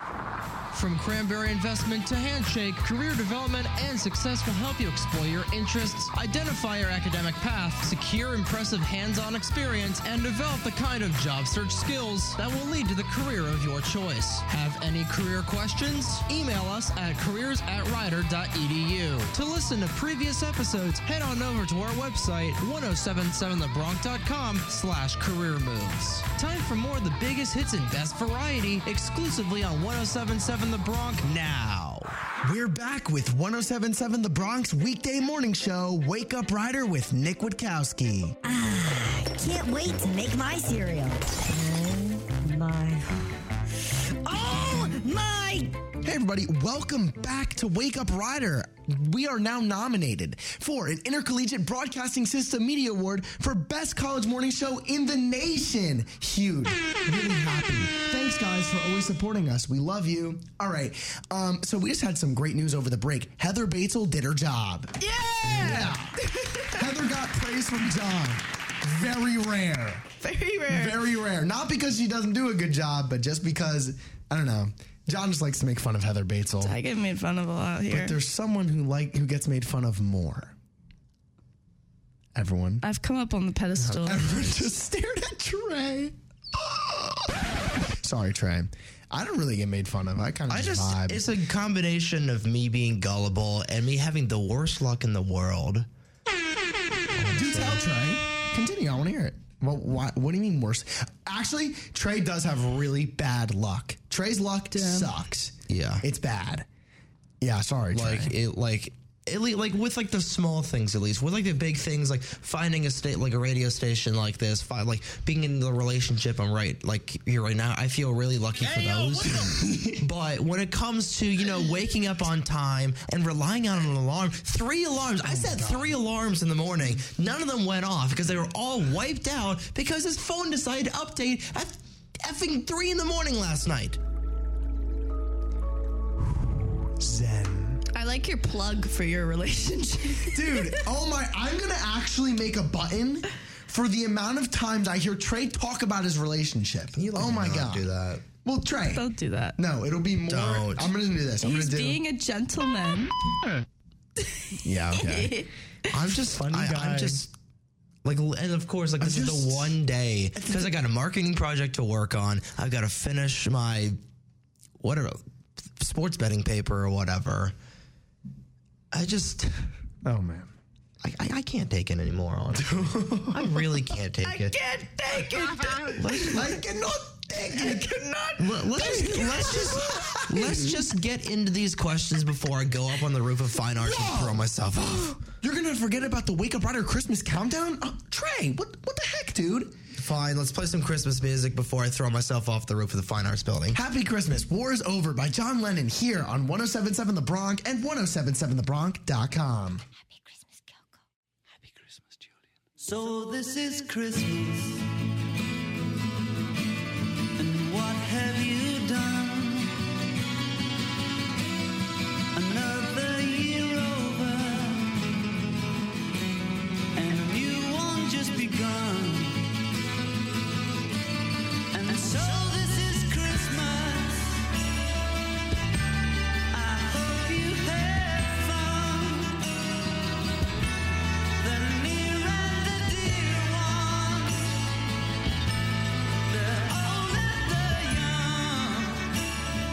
Speaker 4: From cranberry investment to handshake, career development and success will help you explore your interests, identify your academic path, secure impressive hands on experience, and develop the kind of job search skills that will lead to the career of your choice. Have any career questions? Email us at careers at rider.edu. To listen to previous episodes, head on over to our website, 1077thebronx.com slash career moves. Time for more of the biggest hits and best variety exclusively on 1077 The Bronx now.
Speaker 2: We're back with 1077 The Bronx weekday morning show, Wake Up Rider with Nick Witkowski.
Speaker 10: I can't wait to make my cereal. Oh my. Oh my.
Speaker 2: Hey, everybody, welcome back to Wake Up Rider. We are now nominated for an Intercollegiate Broadcasting System Media Award for Best College Morning Show in the Nation. Huge. Really happy. Thanks, guys, for always supporting us. We love you. All right. Um, so, we just had some great news over the break. Heather Batesel did her job. Yeah. Heather got praise from John. Very rare.
Speaker 3: Very rare.
Speaker 2: Very rare. Not because she doesn't do a good job, but just because, I don't know. John just likes to make fun of Heather Batesel.
Speaker 3: I get made fun of a lot here.
Speaker 2: But there's someone who like who gets made fun of more. Everyone.
Speaker 3: I've come up on the pedestal.
Speaker 2: Everyone just stared at Trey. Sorry, Trey. I don't really get made fun of. I kind of
Speaker 11: I just,
Speaker 2: vibe.
Speaker 11: it's a combination of me being gullible and me having the worst luck in the world.
Speaker 2: do tell Trey. Continue. I want to hear it. Well, why, what do you mean worse? Actually, Trey does have really bad luck. Trey's luck sucks.
Speaker 11: Yeah.
Speaker 2: It's bad. Yeah, sorry.
Speaker 11: Like it, like at least, like with like the small things, at least with like the big things, like finding a state, like a radio station like this, fi- like being in the relationship I'm right, like here right now. I feel really lucky for those. but when it comes to you know waking up on time and relying on an alarm, three alarms. I set three alarms in the morning. None of them went off because they were all wiped out because his phone decided to update at effing three in the morning last night.
Speaker 2: Zen.
Speaker 3: I like your plug for your relationship.
Speaker 2: Dude, oh my, I'm going to actually make a button for the amount of times I hear Trey talk about his relationship. oh my
Speaker 11: not
Speaker 2: God.
Speaker 11: do that.
Speaker 2: Well, Trey.
Speaker 3: Don't do that.
Speaker 2: No, it'll be more.
Speaker 11: Don't.
Speaker 2: I'm going to do this. I'm going
Speaker 3: He's
Speaker 2: to do.
Speaker 3: being a gentleman.
Speaker 2: yeah, okay.
Speaker 11: I'm just funny. I,
Speaker 2: guy.
Speaker 11: I'm just like, l- and of course, like this is the
Speaker 2: just-
Speaker 11: one day because I got a marketing project to work on. I've got to finish my whatever sports betting paper or whatever. I just,
Speaker 2: Oh, man.
Speaker 11: I, I, I can't take it anymore. Honestly, I really can't take it.
Speaker 3: Can't take it.
Speaker 2: I cannot take it.
Speaker 11: Let- Let's, let's just let's just get into these questions before I go up on the roof of fine arts and throw myself off.
Speaker 2: You're going to forget about the Wake Up Rider Christmas countdown? Uh, Trey, what, what the heck, dude?
Speaker 11: Fine, let's play some Christmas music before I throw myself off the roof of the fine arts building.
Speaker 2: Happy Christmas. War is Over by John Lennon here on 1077 The Bronx and 1077TheBronx.com.
Speaker 9: So this is Christmas. And what have you done? Another year over. And a new one just begun. And so this is Christmas. I hope you had fun. The near and the dear ones, the old and the young.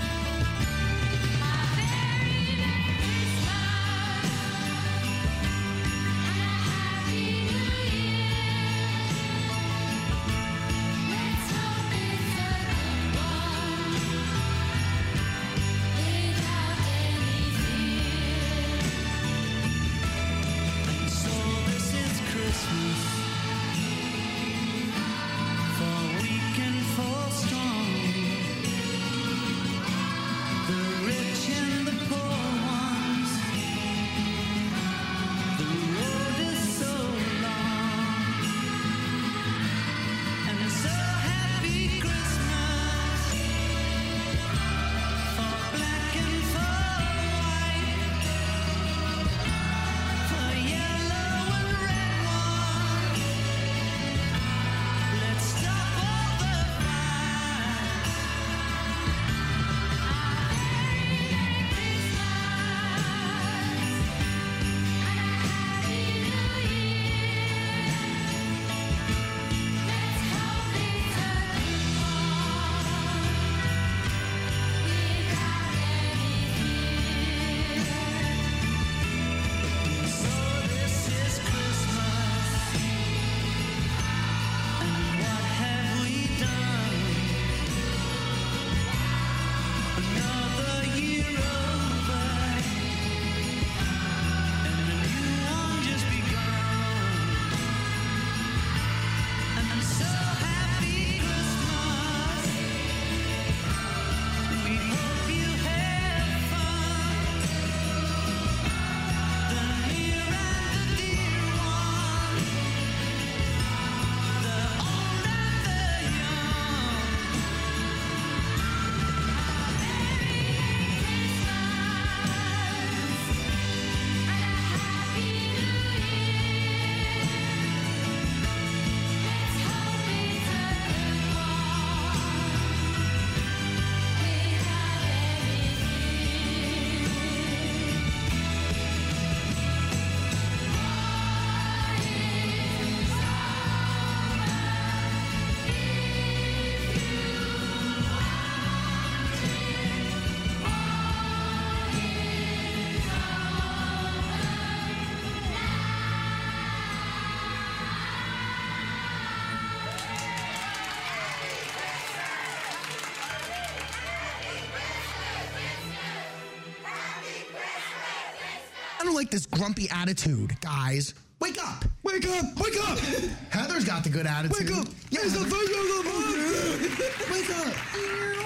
Speaker 2: like this grumpy attitude, guys. Wake up! Wake up! Wake up! Heather's got the good attitude. Wake up! Yeah. It's the first Wake up!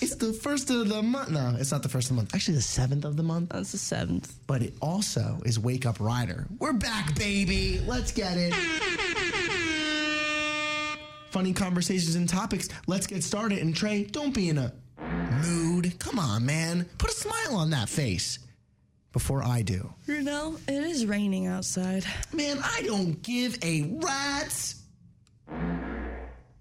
Speaker 2: It's the first of the month. No, it's not the first of the month. Actually, the seventh of the month.
Speaker 3: That's the seventh.
Speaker 2: But it also is Wake Up Rider. We're back, baby. Let's get it. Funny conversations and topics. Let's get started. And Trey, don't be in a mood. Come on, man. Put a smile on that face before I do.
Speaker 3: You know, it is raining outside.
Speaker 2: Man, I don't give a rat's.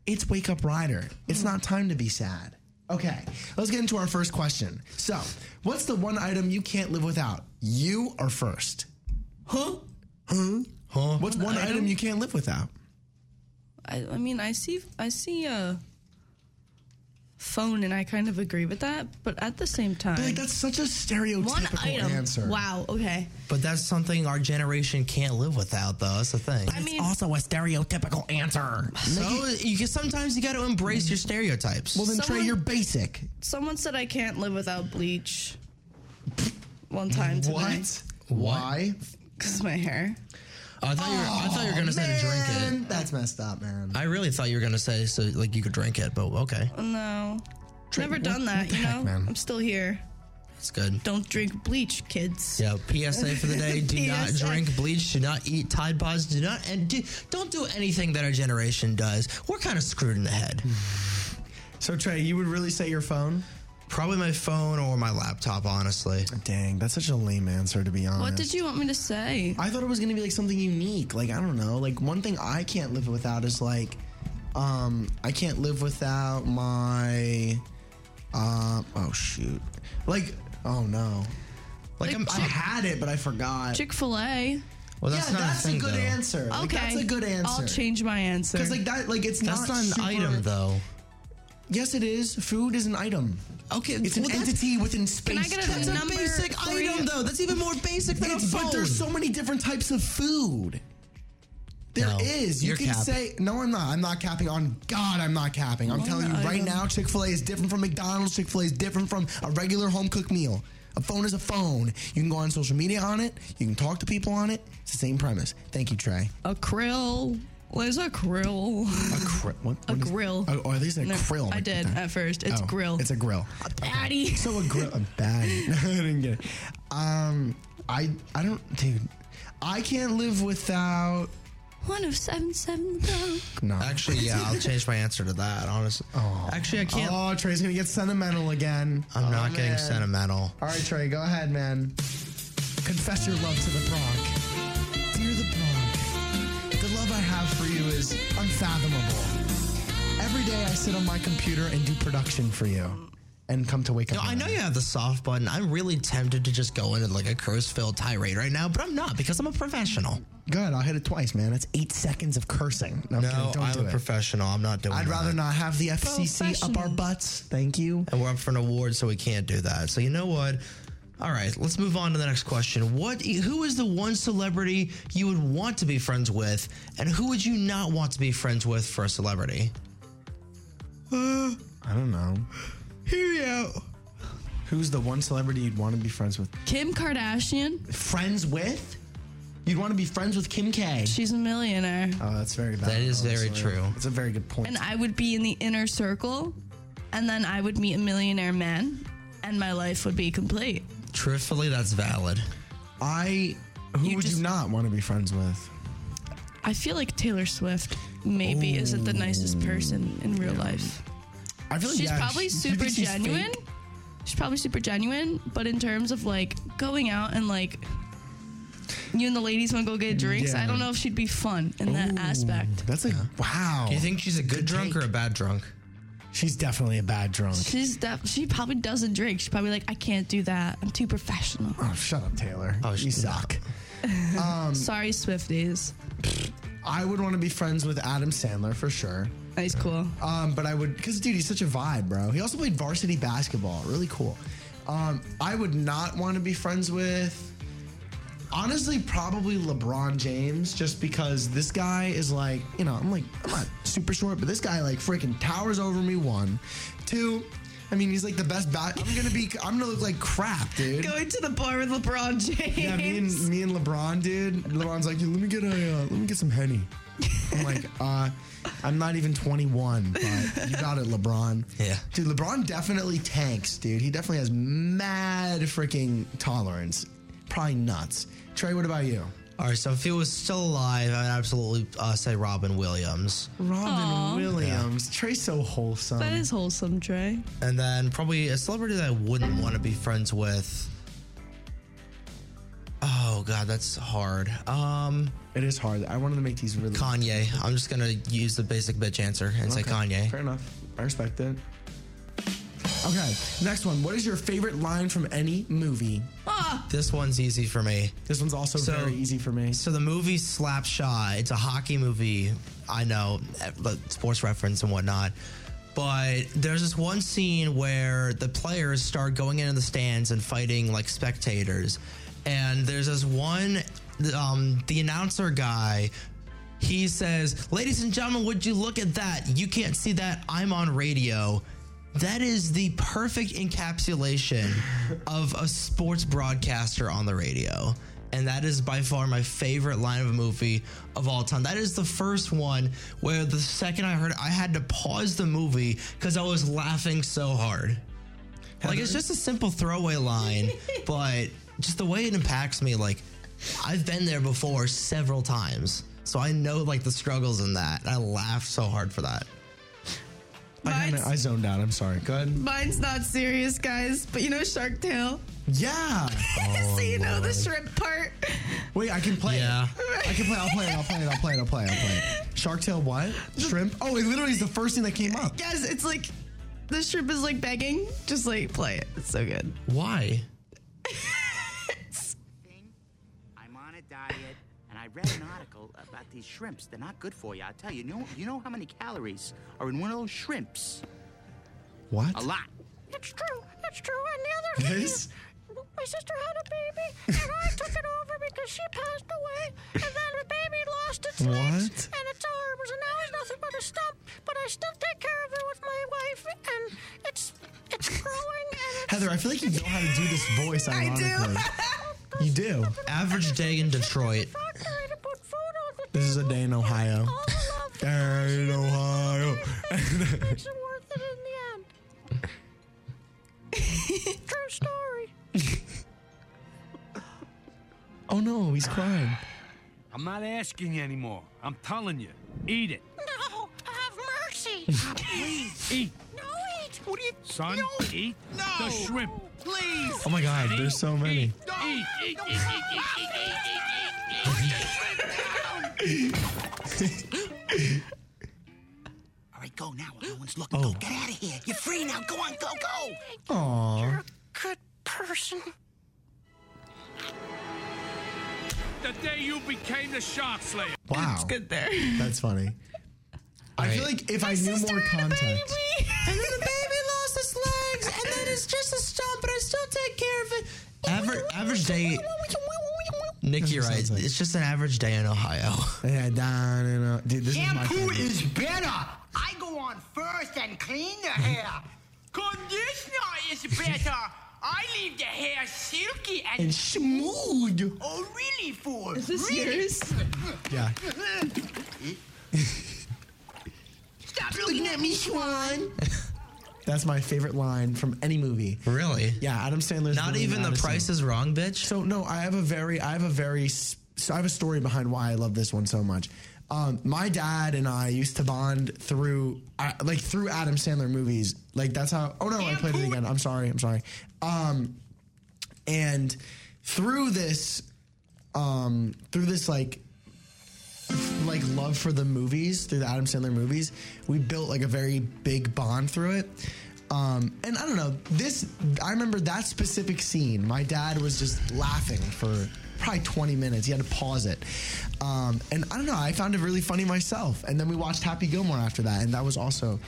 Speaker 2: It's Wake Up Rider. It's not time to be sad. Okay, let's get into our first question. So, what's the one item you can't live without? You are first. Huh? Huh? Huh? What's one, item? you can't live without?
Speaker 3: I, I mean, I see, I see a phone, and I kind of agree with that. But at the same time,
Speaker 2: like, that's such a stereotypical
Speaker 3: one item.
Speaker 4: answer.
Speaker 3: Wow. Okay.
Speaker 4: But that's something our generation can't live without, though. That's the thing.
Speaker 3: I mean,
Speaker 4: also a stereotypical answer. So you can, sometimes you got to embrace your stereotypes.
Speaker 3: Well, then, Trey, Someone- you're
Speaker 2: basic.
Speaker 3: someone said I can't live without bleach. One time today,
Speaker 2: What? Why?
Speaker 3: because my hair.
Speaker 4: I thought you were, I thought you were gonna say to drink
Speaker 2: it. That's messed up, man.
Speaker 4: I really thought you were gonna say so like you could drink it, but okay,
Speaker 3: No, never done that. You know, I'm still here.
Speaker 4: it's good.
Speaker 3: Don't drink bleach, kids.
Speaker 4: Yeah, PSA for the day: Do not
Speaker 3: PSA.
Speaker 4: drink bleach. Do not eat Tide Pods. Do not and do, don't do anything that our generation does. We're kind of screwed in the head.
Speaker 2: So Trey, you would really say your phone?
Speaker 4: Probably my phone or my laptop, honestly.
Speaker 2: Dang, that's such a lame answer to be honest.
Speaker 3: What did you want me to say?
Speaker 2: I thought it was gonna be like something unique. Like I don't know. Like one thing I can't live without is like, um, I can't live without my, uh, oh shoot, like oh no, like, I'm, I had it but I forgot.
Speaker 3: Chick Fil A.
Speaker 4: Well,
Speaker 2: that's Yeah, not a that's a thing, good though. answer. Like,
Speaker 3: okay,
Speaker 2: that's a good
Speaker 3: I'll
Speaker 2: answer.
Speaker 3: change my answer.
Speaker 2: Because like that, like it's
Speaker 4: That's
Speaker 2: not
Speaker 4: not an
Speaker 2: super-
Speaker 4: item, though.
Speaker 2: Yes, it is. Food is an item.
Speaker 4: Okay,
Speaker 2: it's an
Speaker 4: well, that's-
Speaker 2: entity within space.
Speaker 3: I get a
Speaker 2: time.
Speaker 3: That's a number basic for item, you? though. That's even more basic than a
Speaker 2: It's- But
Speaker 3: phone.
Speaker 2: there's so many different types of food. There
Speaker 4: No,
Speaker 2: is. You
Speaker 4: you're
Speaker 2: can
Speaker 4: capping.
Speaker 2: say no. I'm not. I'm not capping. On God, I'm not capping. I'm
Speaker 3: One
Speaker 2: telling you right
Speaker 3: item.
Speaker 2: now, Chick Fil A is different from McDonald's. Chick Fil A is different from a regular home cooked meal. A phone is a phone. You can go on social media on it. You can talk to people on it. It's the same premise. Thank you, Trey.
Speaker 3: a krill. There's a krill.
Speaker 2: A, cri- what,
Speaker 3: A
Speaker 2: what is-
Speaker 3: grill.
Speaker 2: Oh, are these a
Speaker 3: No,
Speaker 2: grill?
Speaker 3: I did at first. It's
Speaker 2: Oh,
Speaker 3: grill.
Speaker 2: It's a grill.
Speaker 3: patty.
Speaker 2: So a grill, a baddie. No, I didn't get it. Um, I I don't, dude. I can't live without.
Speaker 1: One of seven seven though.
Speaker 2: No.
Speaker 4: Actually, yeah, I'll change my answer to that. Honestly, actually, I can't.
Speaker 2: Oh, Trey's gonna get sentimental again.
Speaker 4: I'm not
Speaker 2: Oh,
Speaker 4: getting
Speaker 2: man.
Speaker 4: sentimental.
Speaker 2: All right, Trey, go ahead, man. Confess your love to the Bronx. Dear the Bronx, the love I have for you is unfathomable. Every day I sit on my computer and do production for you and come to wake up.
Speaker 4: No, I
Speaker 2: Early.
Speaker 4: know you have the soft button. I'm really tempted to just go into like a curse-filled tirade right now, but I'm not because I'm a professional.
Speaker 2: Good, I'll hit it twice, man. That's eight seconds of cursing. No, I'm kidding. Don't do it.
Speaker 4: professional. I'm not doing.
Speaker 2: I'd rather
Speaker 4: that.
Speaker 2: not have the FCC up our butts. Thank you.
Speaker 4: And we're up for an award, so we can't do that. So you know what? All right, let's move on to the next question. What? Who is the one celebrity you would want to be friends with, and who would you not want to be friends with for a celebrity?
Speaker 2: I don't know.
Speaker 4: Hear me out.
Speaker 2: Who's the one celebrity you'd want to be friends with?
Speaker 3: Kim Kardashian.
Speaker 2: Friends with? You'd want to be friends with Kim K.
Speaker 3: She's a millionaire.
Speaker 2: Oh, that's very valid.
Speaker 4: That is very true.
Speaker 2: It's a very good point.
Speaker 3: and I would be in the inner circle, and then I would meet a millionaire man, and my life would be complete.
Speaker 4: Truthfully, that's valid.
Speaker 2: I who would you not want to be friends with?
Speaker 3: I feel like Taylor Swift maybe isn't the nicest person in real life.
Speaker 2: I feel like
Speaker 3: She's
Speaker 2: Oh, yeah,
Speaker 3: probably
Speaker 2: she- you
Speaker 3: super
Speaker 2: think she's
Speaker 3: genuine.
Speaker 2: fake?
Speaker 3: She's probably super genuine, but in terms of like going out and like you and the ladies want to go get drinks,
Speaker 2: Yeah.
Speaker 3: I don't know if she'd be fun in that aspect.
Speaker 2: That's a wow.
Speaker 4: Do you think she's a good drunk or a bad drunk?
Speaker 2: she's definitely a bad drunk?
Speaker 3: She's def- she probably doesn't drink. She's probably like, I can't do that. I'm too professional.
Speaker 2: Oh, shut up, Taylor. Oh, you
Speaker 4: she's
Speaker 2: suck. Um,
Speaker 3: Sorry, Swifties.
Speaker 2: I would want to be friends with Adam Sandler for sure.
Speaker 3: That's cool.
Speaker 2: Um, but I would, because dude, he's such a vibe, bro. He also played varsity basketball. Really cool. Um, I would not want to be friends with, honestly, probably LeBron James, just because this guy is like, you know, I'm like, I'm not super short, but this guy like freaking towers over me. One, two, I mean, he's like the best bat. I'm gonna be. I'm gonna look like crap, dude.
Speaker 3: Going to the bar with LeBron James.
Speaker 2: Yeah, me and me and LeBron, dude. LeBron's like, "Yeah, let me get a, uh, let me get some henny. I'm like, uh, I'm not even 21, but you got it, LeBron.
Speaker 4: Yeah.
Speaker 2: Dude, LeBron definitely tanks, dude. He definitely has mad freaking tolerance. Probably nuts. Trey, what about you?
Speaker 4: All right, so if he was still alive, I would absolutely uh, say Robin Williams.
Speaker 2: Robin
Speaker 3: Aw.
Speaker 2: Williams. Trey's so wholesome.
Speaker 3: That is wholesome, Trey.
Speaker 4: And then probably a celebrity that I wouldn't want to be friends with. Oh god, that's hard. Um,
Speaker 2: it is hard. I wanted to make these really
Speaker 4: Kanye. I'm just gonna use the basic bitch answer and say
Speaker 2: Okay,
Speaker 4: Kanye.
Speaker 2: Fair enough. I respect it. Okay, next one. What is your favorite line from any movie?
Speaker 4: This one's easy for me.
Speaker 2: This one's also very easy for me.
Speaker 4: So the movie Slapshot, it's a hockey movie. I know, eh, but sports reference and whatnot. But there's this one scene where the players start going into the stands and fighting like spectators. And there's this one, um, the announcer guy, he says, Ladies and gentlemen, would you look at that? You can't see that. I'm on radio. That is the perfect encapsulation of a sports broadcaster on the radio. And that is by far my favorite line of a movie of all time. That is the first one where the second I heard it, I had to pause the movie because I was laughing so hard. Like it's just a simple throwaway line, but just the way it impacts me, like I've been there before several times. So I know like the struggles in that. and I laughed so hard for that.
Speaker 2: I, kinda- I zoned out. I'm sorry. Go ahead.
Speaker 3: Mine's not serious, guys, but you know Shark Tale?
Speaker 2: Yeah. Oh,
Speaker 3: so you know the shrimp part?
Speaker 2: Wait, I can play. Yeah. It. I can play. I'll play it. I'll play it. I'll play it. I'll play it. I'll play it. Shark Tale what? Shrimp? Oh, it literally is the first thing that came up.
Speaker 3: Guys, it's like the shrimp is like begging. Just like play it. It's so good.
Speaker 4: Why?
Speaker 12: I'm on a diet, and I read an article about these shrimps. They're not good for you. I tell you, you know, you know how many calories are in one of those shrimps?
Speaker 2: What?
Speaker 12: A lot.
Speaker 13: It's true. It's true. And the other thing
Speaker 2: This?
Speaker 13: is, my sister had a baby, and I took it over because she passed away, and then the baby lost its legs
Speaker 2: What?
Speaker 13: and its arms, and now it's nothing but a stump. But I still take care of it with my wife, and it's it's growing. And it's,
Speaker 2: Heather, I feel like you know how to do this voice. Ironically.
Speaker 13: Oh,
Speaker 2: You do.
Speaker 4: Average day in Detroit.
Speaker 2: This is a day in Ohio. Day in Ohio.
Speaker 13: makes it worth it in the end. True story.
Speaker 2: oh no, he's crying.
Speaker 14: I'm not asking you anymore. I'm telling you. Eat it.
Speaker 13: No, have mercy.
Speaker 14: Please. Eat.
Speaker 13: No, eat. What are you?
Speaker 14: Son, eat the shrimp. Please.
Speaker 2: Oh my God, there's so many.
Speaker 14: Eat, eat, eat, eat, eat, eat, eat, eat, eat, eat.
Speaker 12: All right, go now. No one's looking.
Speaker 14: Oh.
Speaker 12: Go. Get out of here. You're free now. Go on. Go. Go.
Speaker 2: Aww.
Speaker 13: Good person.
Speaker 14: The day you became the shark slayer.
Speaker 2: Wow. That's funny. I feel like if I knew more context.
Speaker 4: and then the baby lost its legs, and then it's just a stump, but I still take care of it. Average, average day. Nikki writes, it's just an average day in Ohio.
Speaker 2: Yeah, down in a, dude, this is my
Speaker 5: Shampoo
Speaker 2: favorite.
Speaker 5: is better. I go on first and clean the hair. Conditioner is better. I leave the hair silky and,
Speaker 2: And smooth.
Speaker 5: Oh, really, fool?
Speaker 3: Is this
Speaker 5: really?
Speaker 3: yours?
Speaker 2: Yeah.
Speaker 5: Stop looking at me, Swan.
Speaker 2: That's my favorite line from any movie.
Speaker 4: Really?
Speaker 2: Yeah, Adam Sandler's
Speaker 4: Not
Speaker 2: really
Speaker 4: even The
Speaker 2: mad at
Speaker 4: Price
Speaker 2: him.
Speaker 4: is Wrong, bitch.
Speaker 2: So no, I have a very, I have a very, s- so I have a story behind why I love this one so much. Um, my dad and I used to bond through, uh, like through Adam Sandler movies. Like that's how. Oh no, I played it again. I'm sorry. I'm sorry. Um, and through this, um, through this like like love for the movies through the Adam Sandler movies. We built like a very big bond through it. Um, and I don't know this. I remember that specific scene. My dad was just laughing for probably 20 minutes. He had to pause it. Um, and I don't know. I found it really funny myself. And then we watched Happy Gilmore after that, and that was also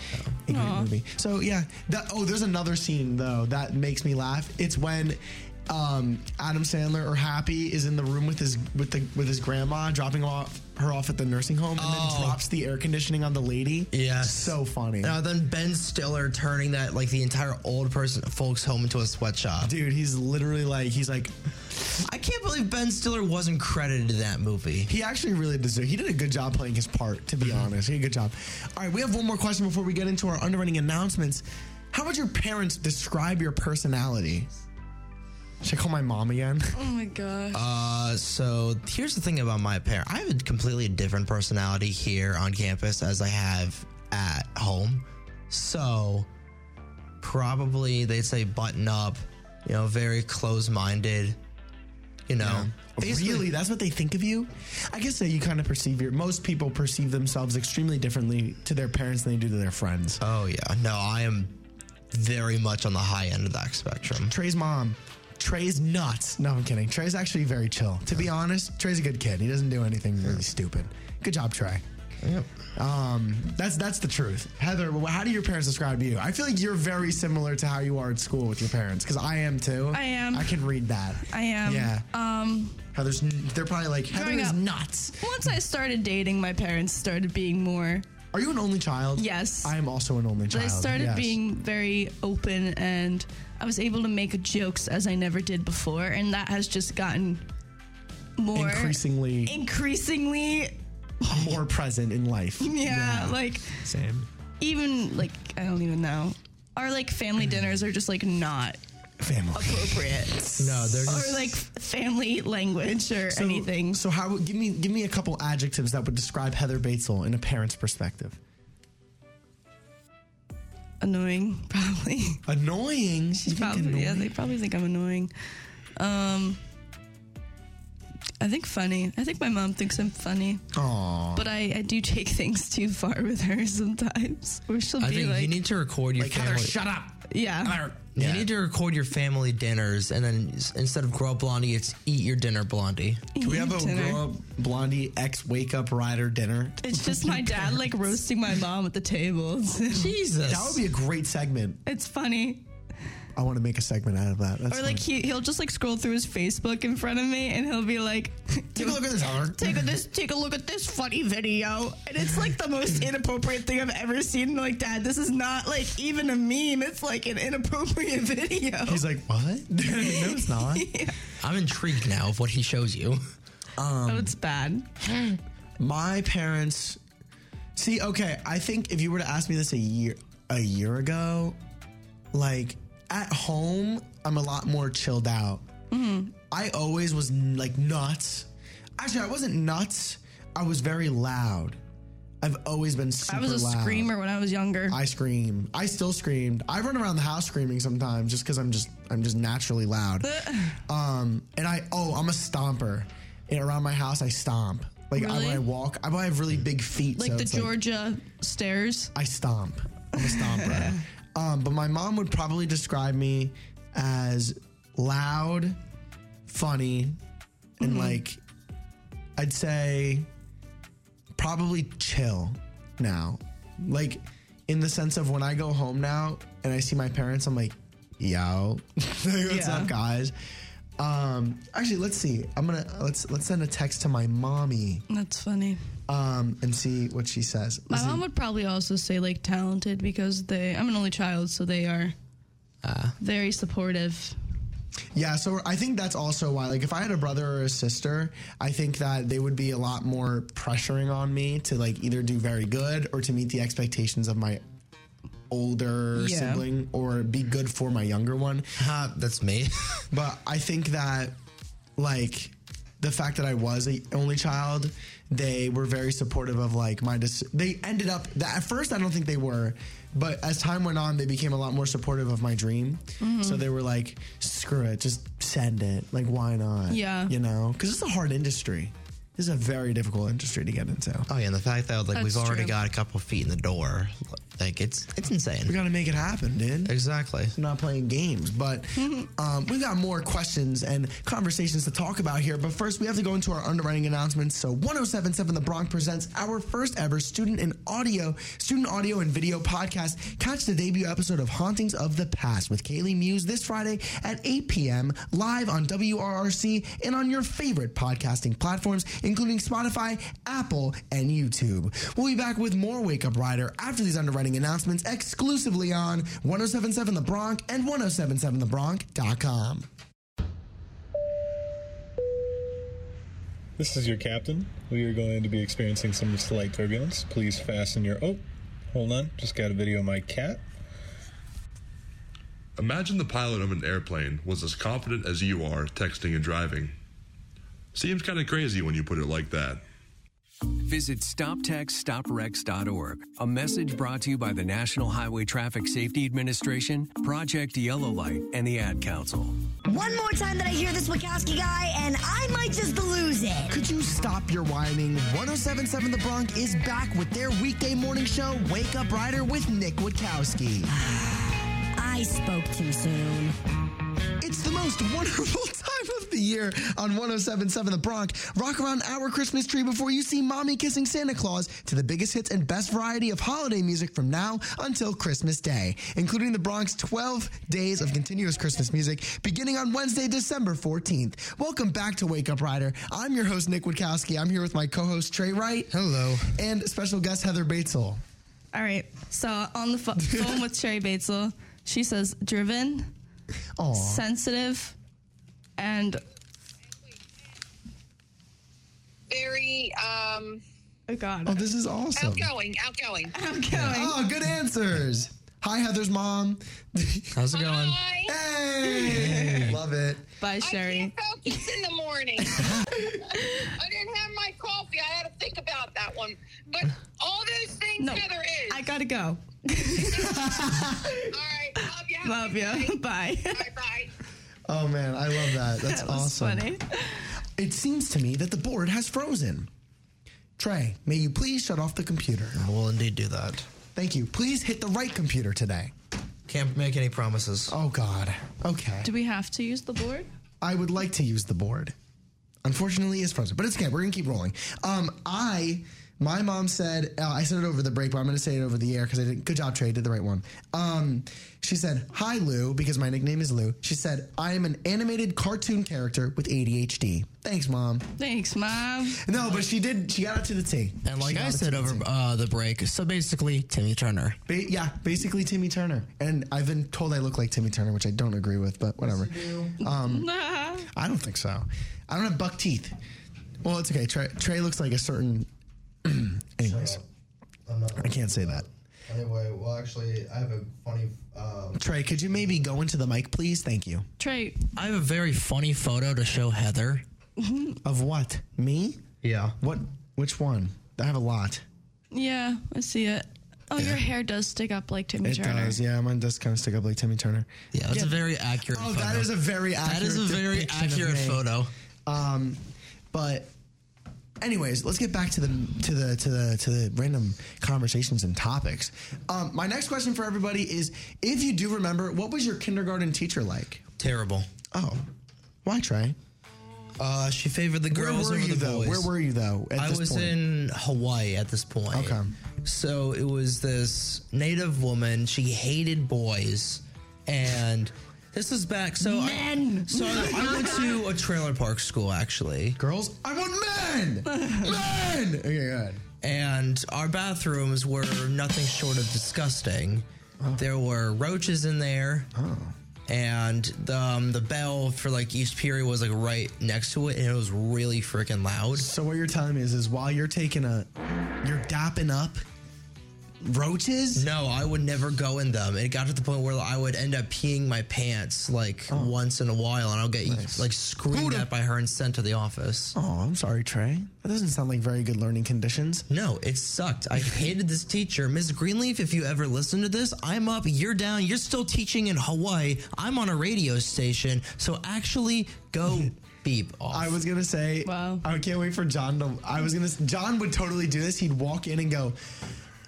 Speaker 2: a great
Speaker 15: Aw.
Speaker 2: movie. So yeah. That, oh, there's another scene though that makes me laugh. It's when um, Adam Sandler or Happy is in the room with his with the with his grandma, dropping off her off at the nursing home, and
Speaker 4: Oh.
Speaker 2: then drops the air conditioning on the lady.
Speaker 4: Yeah.
Speaker 2: so funny.
Speaker 4: Now then, Ben Stiller turning that like the entire old person folks home into a sweatshop.
Speaker 2: Dude, he's literally like he's like.
Speaker 4: I can't believe Ben Stiller wasn't credited in that movie.
Speaker 2: He actually really deserved. He did a good job playing his part. To be honest, he did a good job. All right, we have one more question before we get into our underwriting announcements. How would your parents describe your personality? Should I call my mom again?
Speaker 3: Oh my gosh.
Speaker 4: Uh, so here's the thing about my parent. I have a completely different personality here on campus as I have at home. So probably they'd say button up, you know, very close minded. You know, Basically-
Speaker 2: really, that's what they think of you. I guess that you kind of perceive your. Most people perceive themselves extremely differently to their parents than they do to their friends.
Speaker 4: Oh yeah, no, I am very much on the high end of that spectrum.
Speaker 2: Trey's mom. Trey's nuts. No, I'm kidding. Trey's actually very chill. To be honest, Trey's a good kid. He doesn't do anything really stupid. Good job, Trey.
Speaker 4: Yep.
Speaker 2: Um, that's that's the truth. Heather, wh- how do your parents describe you? I feel like you're very similar to how you are at school with your parents because I am too.
Speaker 3: I am.
Speaker 2: I can read that.
Speaker 3: I am.
Speaker 2: Yeah.
Speaker 3: Um,
Speaker 2: Heather's. n- They're probably like Heather
Speaker 3: growing
Speaker 2: is
Speaker 3: up.
Speaker 2: nuts.
Speaker 3: Once I started dating, my parents started being more.
Speaker 2: Are you an only child?
Speaker 3: Yes.
Speaker 2: I am also an only child.
Speaker 3: They started
Speaker 2: Um, yes.
Speaker 3: being very open, and I was able to make jokes as I never did before, and that has just gotten more
Speaker 2: Increasingly-
Speaker 3: increasingly.
Speaker 2: more present in life.
Speaker 3: Yeah, like
Speaker 2: same.
Speaker 3: even like I don't even know. Our like family dinners are just like not
Speaker 2: family
Speaker 3: appropriate.
Speaker 4: No, they're just
Speaker 3: or like family language or anything.
Speaker 2: So how? Give me give me a couple adjectives that would describe Heather Batesel in a parent's perspective.
Speaker 3: Annoying, probably.
Speaker 2: Annoying. She's
Speaker 3: probably yeah. They probably think I'm annoying. Um, I think funny. I think my mom thinks I'm funny.
Speaker 2: Aww.
Speaker 3: But I, I do take things too far with her sometimes, or she'll
Speaker 4: I
Speaker 3: be
Speaker 4: think
Speaker 3: like,
Speaker 4: you need to record your family.
Speaker 2: up.
Speaker 3: Yeah.
Speaker 4: You need to record your family dinners, and then s- instead of grow up blondie, it's eat your dinner blondie.
Speaker 2: Can we have a grow up blondie ex wake up rider dinner?
Speaker 3: It's just my dad like roasting my mom at the table. Jesus,
Speaker 2: That would be a great segment.
Speaker 3: it's funny.
Speaker 2: I want to make a segment out of that. That's
Speaker 3: or like he he'll just like scroll through his Facebook in front of me, and he'll be like, "Take a look
Speaker 2: at this, Heather.
Speaker 3: Take a this. Take a look at this funny video." And it's like the most inappropriate thing I've ever seen. And, Like, Dad, this is not like even a meme. It's like an inappropriate video.
Speaker 2: He's like, what? no, it's not.
Speaker 4: I'm intrigued now of what he shows you.
Speaker 2: Um,
Speaker 3: it's bad.
Speaker 2: my parents. See, okay, I think if you were to ask me this a year a year ago, like at home, I'm a lot more chilled out.
Speaker 3: Mm-hmm.
Speaker 2: I always was n- like nuts. Actually, I wasn't nuts. I was very loud. I've always been super
Speaker 3: I was a
Speaker 2: loud.
Speaker 3: screamer when I was younger.
Speaker 2: I scream. I still screamed. I run around the house screaming sometimes just because I'm just I'm just naturally loud. um, and I oh I'm a stomper. And around my house I stomp. Like I, when
Speaker 3: Really?
Speaker 2: I walk, I, I have really big feet.
Speaker 3: like
Speaker 2: so
Speaker 3: the
Speaker 2: it's
Speaker 3: Georgia stairs.
Speaker 2: I stomp. I'm a stomper. um, but my mom would probably describe me as loud, funny, and
Speaker 3: Mm-hmm.
Speaker 2: like I'd say probably chill now. Like in the sense of when I go home now and I see my parents, I'm like, yo, like, what's
Speaker 15: Yeah.
Speaker 2: up, guys? Um, actually, let's see. I'm gonna let's let's send a text to my mommy
Speaker 3: That's funny.
Speaker 2: um, and see what she says.
Speaker 3: My
Speaker 2: Is it-
Speaker 3: mom would probably also say like talented because they. I'm an only child, so they are very supportive.
Speaker 2: Yeah, so I think that's also why. Like, if I had a brother or a sister, I think that they would be a lot more pressuring on me to like either do very good or to meet the expectations of my older
Speaker 4: Yeah.
Speaker 2: sibling or be good for my younger one.
Speaker 4: that's me.
Speaker 2: but I think that like the fact that I was a only child, they were very supportive of like my. Dis- they ended up that at first I don't think they were, but as time went on, they became a lot more supportive of my dream.
Speaker 15: Mhm.
Speaker 2: So they were like, "Screw it, just send it. Like, why not?
Speaker 15: Yeah.
Speaker 2: you know, because it's a hard industry. This is a very difficult industry to get into.
Speaker 4: Oh yeah, and the fact that like
Speaker 2: That's
Speaker 4: we've already
Speaker 2: true.
Speaker 4: got a couple feet in the door, Like it's it's insane.
Speaker 2: We got to make it happen, dude.
Speaker 4: Exactly.
Speaker 2: We're not playing games, but um, we've got more questions and conversations to talk about here. But first, we have to go into our underwriting announcements. So, 1077 The Bronx presents our first ever student and audio, student audio and video podcast. Catch the debut episode of Hauntings of the Past with Kaylee Muse this Friday at 8 p.m. live on WRRC and on your favorite podcasting platforms, including Spotify, Apple, and YouTube. We'll be back with more Wake Up Rider after these underwriting announcements exclusively on 1077 The Bronx and 1077TheBronx.com.
Speaker 16: This is your captain. We are going to be experiencing some slight turbulence. Please fasten your. Oh, hold on. Just got a video of my cat.
Speaker 17: Imagine the pilot of an airplane was as confident as you are texting and driving. Seems kind of crazy when you put it like that.
Speaker 5: Visit StopTechStopRex.org. A message brought to you by the National Highway Traffic Safety Administration, Project Yellow Light, and the Ad Council.
Speaker 10: One more time that I hear this Wachowski guy, and I might just lose it.
Speaker 2: Could you stop your whining? 1077 The Bronx is back with their weekday morning show, Wake Up Rider with Nick Witkowski.
Speaker 10: I spoke too soon.
Speaker 2: It's the most wonderful time of the year on 1077 The Bronx. Rock around our Christmas tree before you see Mommy Kissing Santa Claus to the biggest hits and best variety of holiday music from now until Christmas Day, including the Bronx 12 days of continuous Christmas music beginning on Wednesday, December 14th. Welcome back to Wake Up Rider. I'm your host, Nick Witkowski. I'm here with my co host, Trey Wright.
Speaker 18: Hello.
Speaker 2: And special guest, Heather Batesel.
Speaker 3: All right. So on the pho- phone with Cherry Batesel, she says driven,
Speaker 2: Aw.
Speaker 3: sensitive, and
Speaker 9: very um
Speaker 3: oh god.
Speaker 2: Oh, this is awesome.
Speaker 9: outgoing, outgoing.
Speaker 2: Oh, good answers. Hi, Heather's mom.
Speaker 4: How's it going?
Speaker 2: Hey, love it.
Speaker 3: Bye, Sherry.
Speaker 9: Focus in the morning. I didn't have my coffee. I had to think about that one. But all those things
Speaker 3: No,
Speaker 9: Heather is.
Speaker 3: I gotta go. Love you. Bye.
Speaker 2: Oh man, I love that. That's
Speaker 3: That was
Speaker 2: awesome.
Speaker 3: funny.
Speaker 2: It seems to me that the board has frozen. Trey, may you please shut off the computer?
Speaker 4: I will indeed do that.
Speaker 2: Thank you. Please hit the right computer today.
Speaker 4: Can't make any promises.
Speaker 2: Oh God. Okay.
Speaker 3: Do we have to use the board?
Speaker 2: I would like to use the board. Unfortunately, it's frozen, but it's okay. We're gonna keep rolling. Um, I, my mom said, uh, I said it over the break, but I'm gonna say it over the air because I did. Good job, Trey. Did the right one. Um, she said, "Hi, Lou," because my nickname is Lou. She said, "I am an animated cartoon character with ADHD." Thanks, mom.
Speaker 3: Thanks, mom.
Speaker 2: No, but she did. She got it to the T.
Speaker 4: And like
Speaker 2: She got
Speaker 4: I
Speaker 2: it
Speaker 4: said
Speaker 2: to the
Speaker 4: over
Speaker 2: T.
Speaker 4: uh, the break, so basically Timmy Turner.
Speaker 2: Ba- yeah, basically Timmy Turner. And I've been told I look like Timmy Turner, which I don't agree with, but whatever. Um, I don't think so. I don't have buck teeth. Well, it's okay. Trey, Trey looks like a certain. Anyways, I can't say that.
Speaker 4: Anyway, well, actually, I have a funny. um,
Speaker 2: Trey, could you maybe go into the mic, please? Thank you.
Speaker 3: Trey.
Speaker 4: I have a very funny photo to show Heather.
Speaker 2: Of what? Me?
Speaker 4: Yeah.
Speaker 2: What? Which one? I have a lot.
Speaker 3: Yeah, I see it. Oh, your hair does stick up like Timmy
Speaker 2: it
Speaker 3: Turner.
Speaker 2: does. Yeah, mine does kind of stick up like Timmy Turner.
Speaker 4: Yeah, that's a very accurate.
Speaker 2: Oh,
Speaker 4: photo.
Speaker 2: that is a very accurate.
Speaker 4: That is a very
Speaker 2: depiction of
Speaker 4: accurate
Speaker 2: me.
Speaker 4: photo.
Speaker 2: Um, but anyways, let's get back to the to the to the to the random conversations and topics. Um, my next question for everybody is: If you do remember, what was your kindergarten teacher like?
Speaker 4: Terrible.
Speaker 2: Oh, why Trey?
Speaker 4: Uh, she favored the
Speaker 2: Where
Speaker 4: girls
Speaker 2: were
Speaker 4: over
Speaker 2: you
Speaker 4: the
Speaker 2: though?
Speaker 4: boys.
Speaker 2: Where were you though? at
Speaker 4: I
Speaker 2: this
Speaker 4: was
Speaker 2: point?
Speaker 4: in Hawaii at this point.
Speaker 2: Okay.
Speaker 4: So it was this native woman. She hated boys, and this was back. So I, so I, I went to a trailer park school actually.
Speaker 2: Girls, I want men. men. Okay, good.
Speaker 4: And our bathrooms were nothing short of disgusting. There were roaches in there. And the, um, the bell for like each period was like right next to it, and it was really freaking loud.
Speaker 2: So what you're telling me is, is while you're taking a, you're dapping up roaches.
Speaker 4: No, I would never go in them. It got to the point where I would end up peeing my pants like once in a while, and I'll get like screamed at by her and sent to the office.
Speaker 2: Oh, I'm sorry, Trey. That doesn't sound like very good learning conditions.
Speaker 4: No, it sucked. I hated this teacher, Ms. Greenleaf. If you ever listen to this, I'm up, you're down, you're still teaching in Hawaii. I'm on a radio station, so actually go beep off.
Speaker 2: I was gonna say, I can't wait for John to. I was gonna. John would totally do this. He'd walk in and go,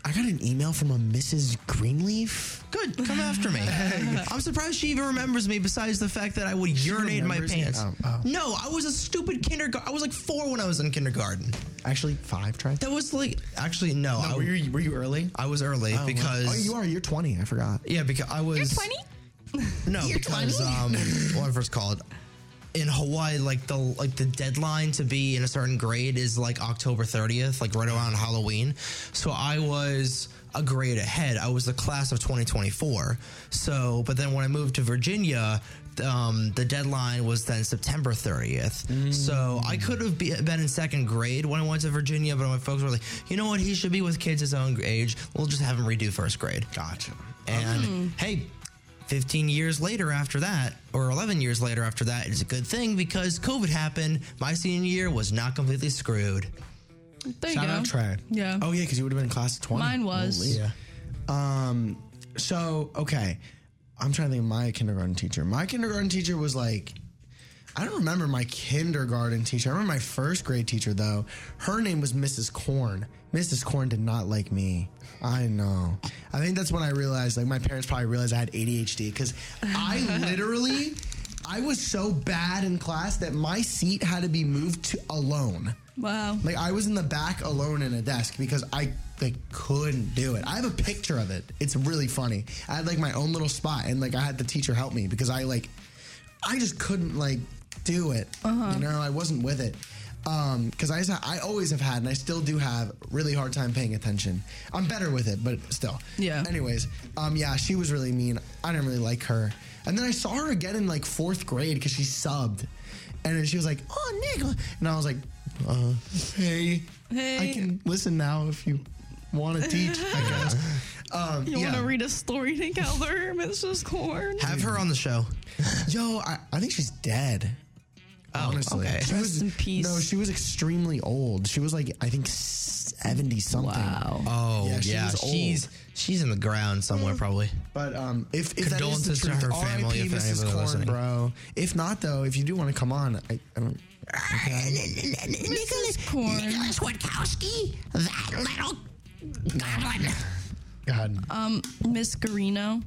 Speaker 4: I got an email from a Mrs. Greenleaf. Good, come after me. I'm surprised she even remembers me. Besides the fact that I would urinate in my
Speaker 2: remembers you?
Speaker 4: pants.
Speaker 2: Oh, oh.
Speaker 4: No, I was a stupid kindergarten. I was like four when I was in kindergarten.
Speaker 2: Actually, five. Try
Speaker 4: that was like actually no. I, were you were you early? I was early
Speaker 2: Oh, wow.
Speaker 4: because
Speaker 2: oh, you are. You're 20. I forgot.
Speaker 4: yeah because I was No, because um, whatever it's called. In Hawaii, like the like the deadline to be in a certain grade is like October 30th, like right around Halloween. So I was a grade ahead. I was the class of 2024. So, but then when I moved to Virginia, um, the deadline was then September 30th. So I could have be, been in second grade when I went to Virginia, but my folks were like, you know what? He should be with kids his own age. We'll just have him redo first grade. Gotcha. And hey, 15 years later after that or 11 years later after that is a good thing because covid happened my senior year was not completely screwed
Speaker 3: There you Shout go. out Trey. Yeah.
Speaker 2: Oh yeah, because you would have been in class of twenty.
Speaker 3: Mine was.
Speaker 2: Yeah. Um. So okay, I'm trying to think of my kindergarten teacher. My kindergarten teacher was like, I don't remember my kindergarten teacher. I remember my first grade teacher though. Her name was Mrs. Corn. Mrs. Corn did not like me. I know. I think that's when I realized, like, my parents probably realized I had ADHD because I literally, I was so bad in class that my seat had to be moved to alone.
Speaker 3: Wow.
Speaker 2: Like I was in the back alone in a desk because I like couldn't do it. I have a picture of it. It's really funny. I had like my own little spot and like I had the teacher help me because I like I just couldn't like do it.
Speaker 3: Uh-huh.
Speaker 2: You know, I wasn't with it. Um, cause I just, I always have had, and I still do have really hard time paying attention. I'm better with it, but still.
Speaker 3: Yeah.
Speaker 2: Anyways, um, yeah, she was really mean. I didn't really like her. And then I saw her again in like fourth grade cause she subbed and then she was like, oh, Nick. And I was like, uh, hey,
Speaker 3: Hey.
Speaker 2: I can listen now if you want to teach, I guess. Um,
Speaker 3: You
Speaker 2: yeah.
Speaker 3: want to read a story to Calvert, Mrs. Corn?
Speaker 4: have her on the show
Speaker 2: Yo, I, I think she's dead.
Speaker 4: Oh,
Speaker 2: honestly.
Speaker 4: okay.
Speaker 2: She was, No, she was extremely old. She was like, I think 70 something. Wow.
Speaker 4: oh yeah,
Speaker 2: she was old.
Speaker 4: she's she's in the ground somewhere probably
Speaker 2: But um, if, if that is the
Speaker 4: Condolences to
Speaker 2: truth,
Speaker 4: her
Speaker 2: RIP
Speaker 4: family if
Speaker 2: Mrs.
Speaker 4: anyone's
Speaker 2: Corn,
Speaker 4: listening.
Speaker 2: bro. If not, though, if you do want to come on, I, I don't.
Speaker 13: Nicholas Corn. Nicholas Witkowski, that little goblin.
Speaker 2: God.
Speaker 3: Um, Miss Garino,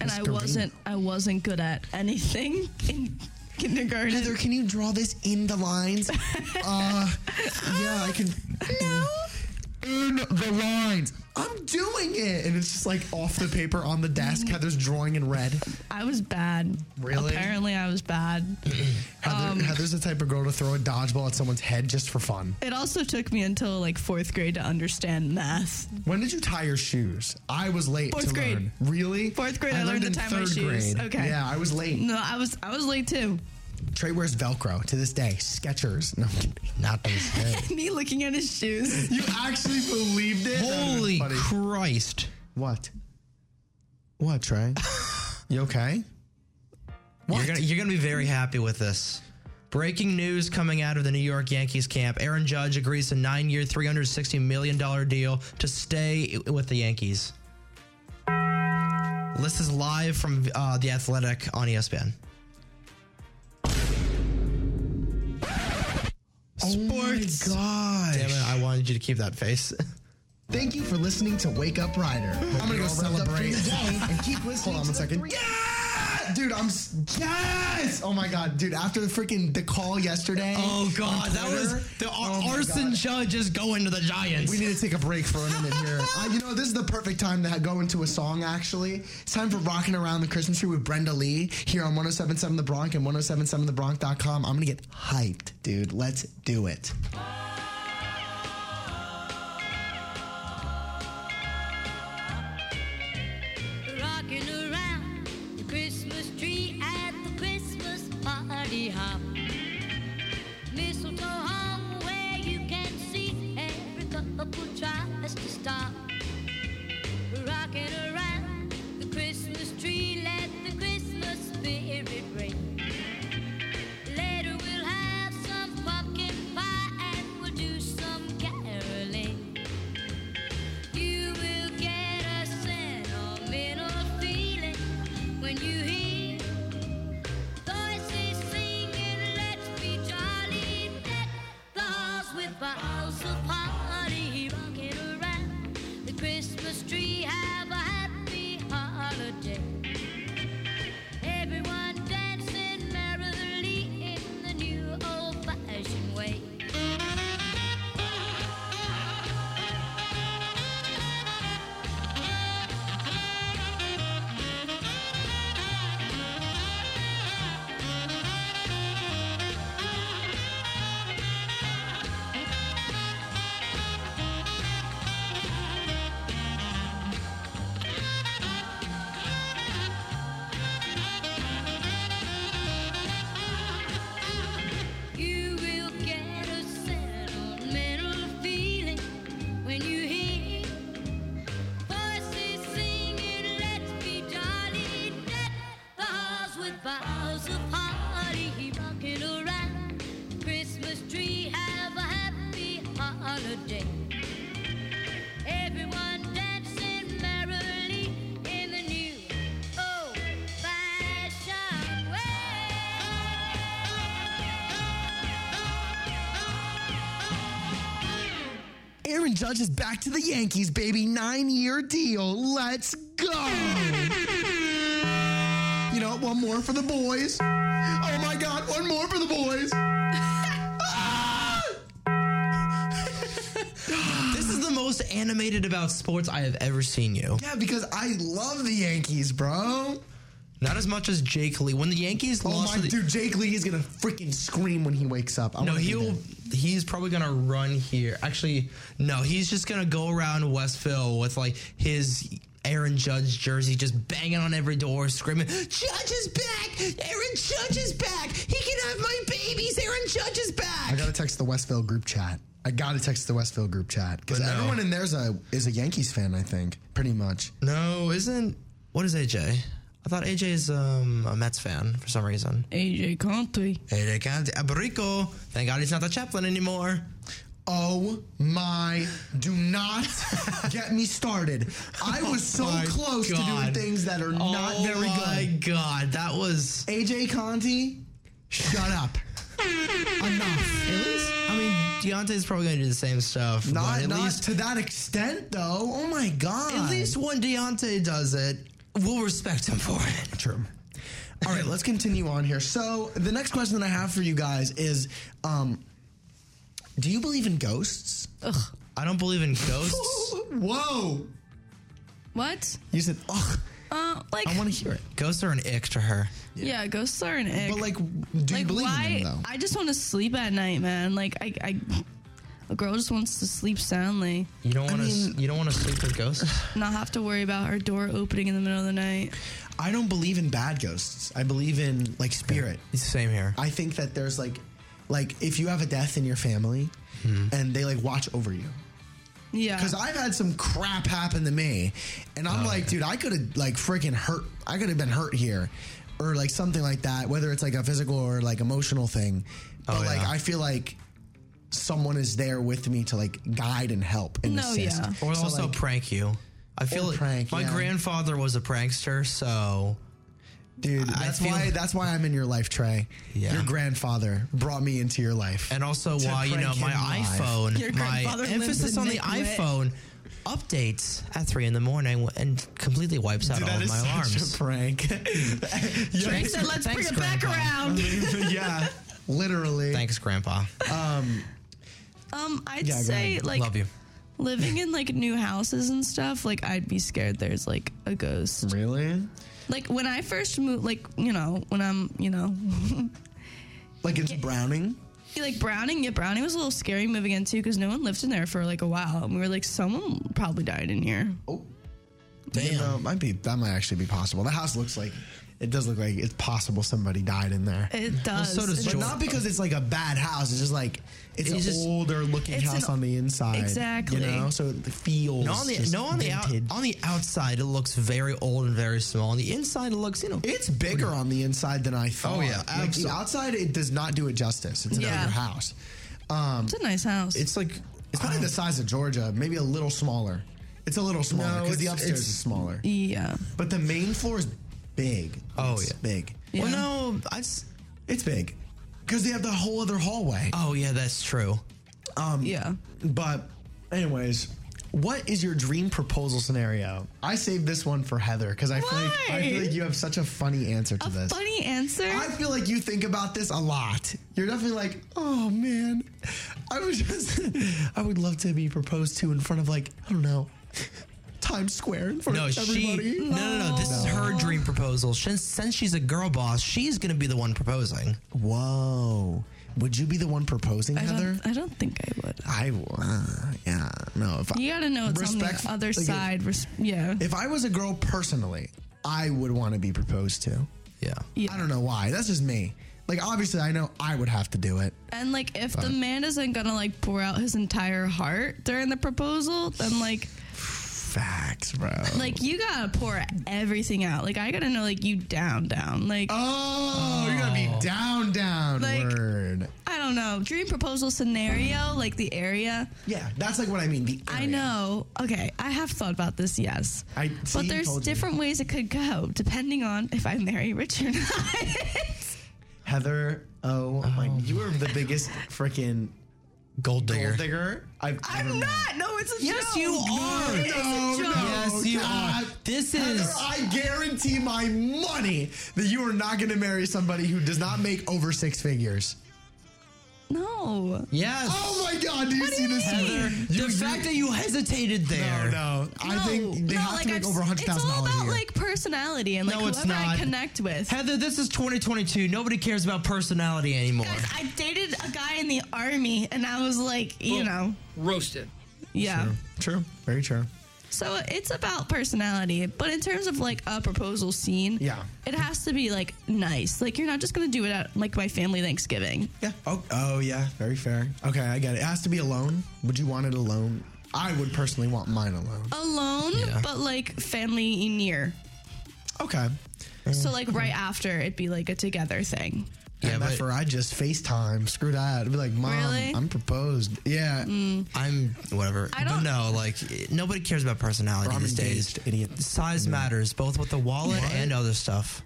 Speaker 3: and
Speaker 2: Miss
Speaker 3: I
Speaker 2: Garino.
Speaker 3: wasn't. I wasn't good at anything in kindergarten.
Speaker 2: Heather, can you draw this in the lines? uh, yeah, I can. No. In the lines. I'm doing it. And it's just like off the paper on the desk. Heather's drawing in red.
Speaker 3: I was bad.
Speaker 2: Really?
Speaker 3: Apparently, I was bad.
Speaker 2: Heather, Heather's the type of girl to throw a dodgeball at someone's head just for fun.
Speaker 3: It also took me until like fourth grade to understand math.
Speaker 2: When did you tie your shoes? I was late
Speaker 3: Fourth
Speaker 2: to
Speaker 3: grade.
Speaker 2: learn. Really?
Speaker 3: Fourth grade, I, learned,
Speaker 2: in
Speaker 3: to tie my
Speaker 2: third
Speaker 3: shoes.
Speaker 2: grade.
Speaker 3: Okay.
Speaker 2: Yeah, I was late.
Speaker 3: No, I was. I was late too.
Speaker 2: Trey wears Velcro to this day. Skechers. No, I'm kidding. not these. days.
Speaker 3: me looking at his shoes.
Speaker 2: You actually believed it?
Speaker 4: Holy
Speaker 2: Christ. What? What, Trey? you okay?
Speaker 4: You're gonna you're gonna be very happy with this. Breaking news coming out of the New York Yankees camp: Aaron Judge agrees to nine-year, three hundred sixty million dollar deal to stay i- with the Yankees. This is live from uh, the Athletic on ESPN.
Speaker 2: Sports. Oh my gosh.
Speaker 4: Damn it! I wanted you to keep that face.
Speaker 2: Thank you for listening to Wake Up Rider. I'm gonna go celebrate
Speaker 15: day
Speaker 2: and keep listening. Hold on one second. Yeah! Dude, I'm s- yes! Oh my god, dude! After the freaking the call yesterday.
Speaker 4: Oh,
Speaker 2: on
Speaker 4: God, that was-
Speaker 2: Twitter,
Speaker 4: the ar-
Speaker 2: my
Speaker 4: arson judge is going to the Giants.
Speaker 2: We need to take a break for a minute here. Uh, you know, this is the perfect time to ha- go into a song. Actually, it's time for "Rocking Around the Christmas Tree" with Brenda Lee here on 107.7 The Bronx and 107.7thebronx.com. I'm gonna get hyped, dude. Let's do it.
Speaker 19: Rocking around the Christmas tree at the Christmas party hop. Mistletoe hung where you can see every couple tries to stop. Rocking around the Christmas tree, let the Christmas spirit reign. Later we'll have some pumpkin pie and we'll
Speaker 6: oh,
Speaker 2: Aaron Judge is back to the Yankees, baby. Nine year deal. Let's go. You know, one more for the boys. Oh my God, one more for the boys.
Speaker 4: this is the most animated about sports I have ever seen you.
Speaker 2: Yeah, because I love the Yankees, bro.
Speaker 4: Not as much as Jake Lee. When the Yankees
Speaker 2: Oh
Speaker 4: lost,
Speaker 2: my
Speaker 4: to the,
Speaker 2: dude, Jake Lee is gonna freaking scream when he wakes up. I
Speaker 4: no,
Speaker 2: wanna be there.
Speaker 4: he'll he's probably gonna run here. Actually, no, he's just gonna go around Westville with like his Aaron Judge jersey, just banging on every door, screaming, "Judge is back! Aaron Judge is back! He can have my babies! Aaron Judge is back!"
Speaker 2: I gotta text the Westville group chat. I gotta text the Westville group chat because
Speaker 4: But no.
Speaker 2: everyone in there's a is a Yankees fan. I think pretty much.
Speaker 4: No, isn't what is AJ? I thought AJ is um, a Mets fan for some reason.
Speaker 3: AJ Conte.
Speaker 4: AJ Conte, Abarico. Thank God he's not the chaplain anymore.
Speaker 2: Oh my! Do not get me started. I was so
Speaker 4: Oh my
Speaker 2: close to doing
Speaker 4: God.
Speaker 2: things that are
Speaker 4: Oh
Speaker 2: not very
Speaker 4: my
Speaker 2: good.
Speaker 4: God, that was
Speaker 2: AJ Conti, shut up. Enough.
Speaker 4: At least, I mean, Deontay's probably going to do the same stuff.
Speaker 2: Not
Speaker 4: but at
Speaker 2: not
Speaker 4: least,
Speaker 2: to that extent though. Oh my god.
Speaker 4: at least when Deontay does it, we'll respect him for it.
Speaker 2: True. All right, let's continue on here. So the next question that I have for you guys is, um, do you believe in ghosts?
Speaker 3: Ugh.
Speaker 4: I don't believe in ghosts.
Speaker 2: Whoa.
Speaker 3: What?
Speaker 2: You said, ugh.
Speaker 3: Uh, like
Speaker 2: I want to hear it.
Speaker 4: Ghosts are an ick to her.
Speaker 3: Yeah, ghosts are an ick.
Speaker 2: But like, do you believe
Speaker 3: why?
Speaker 2: in them though?
Speaker 3: I just want to sleep at night, man. Like I, I, a girl just wants to sleep soundly,
Speaker 4: You don't want to. You don't want to sleep with ghosts.
Speaker 3: not have to worry about her door opening in the middle of the night.
Speaker 2: I don't believe in bad ghosts. I believe in like spirit.
Speaker 4: It's the same here.
Speaker 2: I think that there's like, like if you have a death in your family,
Speaker 4: Hmm.
Speaker 2: and they like watch over you.
Speaker 3: Yeah.
Speaker 2: Because I've had some crap happen to me, and
Speaker 4: Oh,
Speaker 2: I'm like, dude, I could have like freaking hurt. I could have been hurt here, or like something like that. Whether it's like a physical or like emotional thing,
Speaker 4: Oh,
Speaker 2: but like I feel like someone is there with me to like guide and help and assist.
Speaker 4: Or
Speaker 2: So,
Speaker 4: also
Speaker 2: like,
Speaker 4: prank you. I feel
Speaker 2: Or
Speaker 4: like
Speaker 2: prank,
Speaker 4: my
Speaker 2: yeah.
Speaker 4: grandfather was a prankster, so
Speaker 2: dude,
Speaker 4: I
Speaker 2: that's
Speaker 4: feel-
Speaker 2: why that's why I'm in your life, Trey.
Speaker 4: Yeah.
Speaker 2: Your grandfather brought me into your life,
Speaker 4: and also
Speaker 2: To
Speaker 4: why you know
Speaker 2: prank
Speaker 4: my
Speaker 2: him live. Your
Speaker 4: iPhone,
Speaker 2: grandfather
Speaker 4: my
Speaker 2: lived
Speaker 4: emphasis
Speaker 2: in
Speaker 4: on the
Speaker 2: Nick Witt.
Speaker 4: iPhone updates at three in the morning and completely wipes out
Speaker 2: Dude, that
Speaker 4: all of
Speaker 2: is
Speaker 4: my
Speaker 2: such
Speaker 4: alarms.
Speaker 2: a prank.
Speaker 3: Drake said, "Let's bring it back around."
Speaker 2: yeah, literally.
Speaker 4: Thanks, Grandpa.
Speaker 2: Um,
Speaker 3: Um, I'd
Speaker 4: Yeah, go
Speaker 3: say
Speaker 4: ahead.
Speaker 3: like
Speaker 4: Love you.
Speaker 3: living in like new houses and stuff. Like I'd be scared there's like a ghost.
Speaker 2: Really?
Speaker 3: Like when I first moved, like you know when I'm you know.
Speaker 2: like it's Browning.
Speaker 3: Like Browning, yeah, Browning was a little scary moving in too because no one lived in there for like a while, and we were like, someone probably died in here.
Speaker 2: Damn, might be that might actually be possible. The house looks like it does look like it's possible somebody died in there.
Speaker 3: It does.
Speaker 2: so does
Speaker 3: It's-
Speaker 2: but not because it's like a bad house. It's just like it's,
Speaker 4: It's
Speaker 2: an
Speaker 4: just-
Speaker 2: older looking
Speaker 4: it's an-
Speaker 2: house on the inside.
Speaker 4: Exactly.
Speaker 2: You know, so it feels
Speaker 4: No, on the
Speaker 2: just
Speaker 4: no on the out,
Speaker 2: vintage.
Speaker 4: on the outside it looks very old and very small. On the inside it looks you know
Speaker 2: It's bigger on the inside than I thought.
Speaker 4: Oh, yeah,
Speaker 2: like
Speaker 4: absolutely.
Speaker 2: the outside it does not do it justice. It's an
Speaker 3: Yeah.
Speaker 2: older house. Um,
Speaker 3: It's a nice house.
Speaker 4: it's like
Speaker 2: it's probably the size of Georgia, maybe a little smaller. It's a little smaller because the
Speaker 4: it's-
Speaker 2: upstairs
Speaker 4: it's-
Speaker 2: is smaller,
Speaker 3: yeah.
Speaker 2: but the main floor is big.
Speaker 4: Oh,
Speaker 2: It's
Speaker 4: yeah.
Speaker 2: big.
Speaker 4: well no I s-
Speaker 2: It's big because they have the whole other hallway.
Speaker 4: oh yeah that's true.
Speaker 2: Um,
Speaker 3: Yeah.
Speaker 2: But, anyways, what is your dream proposal scenario? I saved this one for Heather because I feel like I feel
Speaker 3: Why?
Speaker 2: like you have such a funny answer to this.
Speaker 3: Funny answer.
Speaker 2: I feel like you think about this a lot. You're definitely like, oh man, I was just, I would love to be proposed to in front of like, I don't know, Times Square in front
Speaker 4: No,
Speaker 2: of everybody.
Speaker 4: she. No, no, no. This is her dream proposal. Since, since she's a girl boss, she's gonna be the one proposing.
Speaker 2: Whoa. Would you be the one proposing,
Speaker 3: I
Speaker 2: Heather?
Speaker 3: don't, I don't think I would.
Speaker 2: I, uh, yeah, no. If I,
Speaker 3: You gotta know it's
Speaker 2: Respect-
Speaker 3: on the other
Speaker 2: like,
Speaker 3: side. Res- yeah.
Speaker 2: If I was a girl personally, I would want to be proposed to.
Speaker 4: Yeah.
Speaker 2: I don't know why. That's just me. Like, obviously, I know I would have to do it.
Speaker 3: And like, if the man isn't gonna like pour out his entire heart during the proposal, then like,
Speaker 2: Facts, bro.
Speaker 3: like you gotta pour everything out. Like I gotta know like you down down. Like
Speaker 2: Oh, you're gonna be down, down.
Speaker 3: Like-
Speaker 2: word.
Speaker 3: I don't know. Dream proposal scenario, like the area.
Speaker 2: Yeah, that's like what I mean. The
Speaker 3: I
Speaker 2: area.
Speaker 3: know. Okay, I have thought about this. Yes.
Speaker 2: I
Speaker 3: But
Speaker 2: see,
Speaker 3: there's
Speaker 2: told you.
Speaker 3: different ways it could go, depending on if I marry Rich or not.
Speaker 2: Heather. Oh, my! You are the biggest freaking
Speaker 4: Gold digger.
Speaker 2: Gold digger. I've, I
Speaker 3: I'm not. No, it's a
Speaker 4: Yes,
Speaker 3: joke.
Speaker 4: you are.
Speaker 3: It's a joke.
Speaker 4: Yes, you
Speaker 2: God.
Speaker 4: are. This
Speaker 2: Heather, oh,
Speaker 4: is.
Speaker 2: I guarantee my money that you are not going to marry somebody who does not make over six figures.
Speaker 3: No.
Speaker 4: Yes.
Speaker 2: Oh my God! Do you see this?
Speaker 4: Heather, the fact that you hesitated there.
Speaker 2: No, no. I think they
Speaker 3: no,
Speaker 2: have
Speaker 3: like
Speaker 2: to make
Speaker 3: I've-
Speaker 2: over hundred thousand
Speaker 3: It's all
Speaker 2: dollars a
Speaker 3: about
Speaker 2: year.
Speaker 3: like personality and like
Speaker 4: No, it's
Speaker 3: whoever I
Speaker 4: not.
Speaker 3: connect with.
Speaker 4: Heather, this is 2022. Nobody cares about personality anymore.
Speaker 3: Guys, I dated a guy in the army, and I was like, you
Speaker 4: Oh,
Speaker 3: know,
Speaker 8: Roasted.
Speaker 3: yeah.
Speaker 2: True. Very true.
Speaker 3: So it's about personality, but in terms of like a proposal scene,
Speaker 2: Yeah.
Speaker 3: it has to be like nice. Like you're not just gonna do it at like my family Thanksgiving.
Speaker 2: Yeah. Oh, oh yeah. Very fair. Okay, I get it. It has to be alone. Would you want it alone? I would personally want mine alone.
Speaker 3: Alone,
Speaker 2: Yeah.
Speaker 3: but like family near.
Speaker 2: Okay.
Speaker 4: Oh,
Speaker 3: So like right after, it'd be like a together thing.
Speaker 2: Yeah, and that's where I just FaceTime. Screw that. I'd be like, Mom,
Speaker 3: Really? Mm.
Speaker 2: I'm proposed. Yeah.
Speaker 4: I'm whatever.
Speaker 3: I
Speaker 4: I
Speaker 3: don't-
Speaker 4: don't know. Like eh, nobody cares about personality
Speaker 2: Or I'm
Speaker 4: these days. Idiot. Size matters, both with the wallet
Speaker 2: What?
Speaker 4: and other stuff.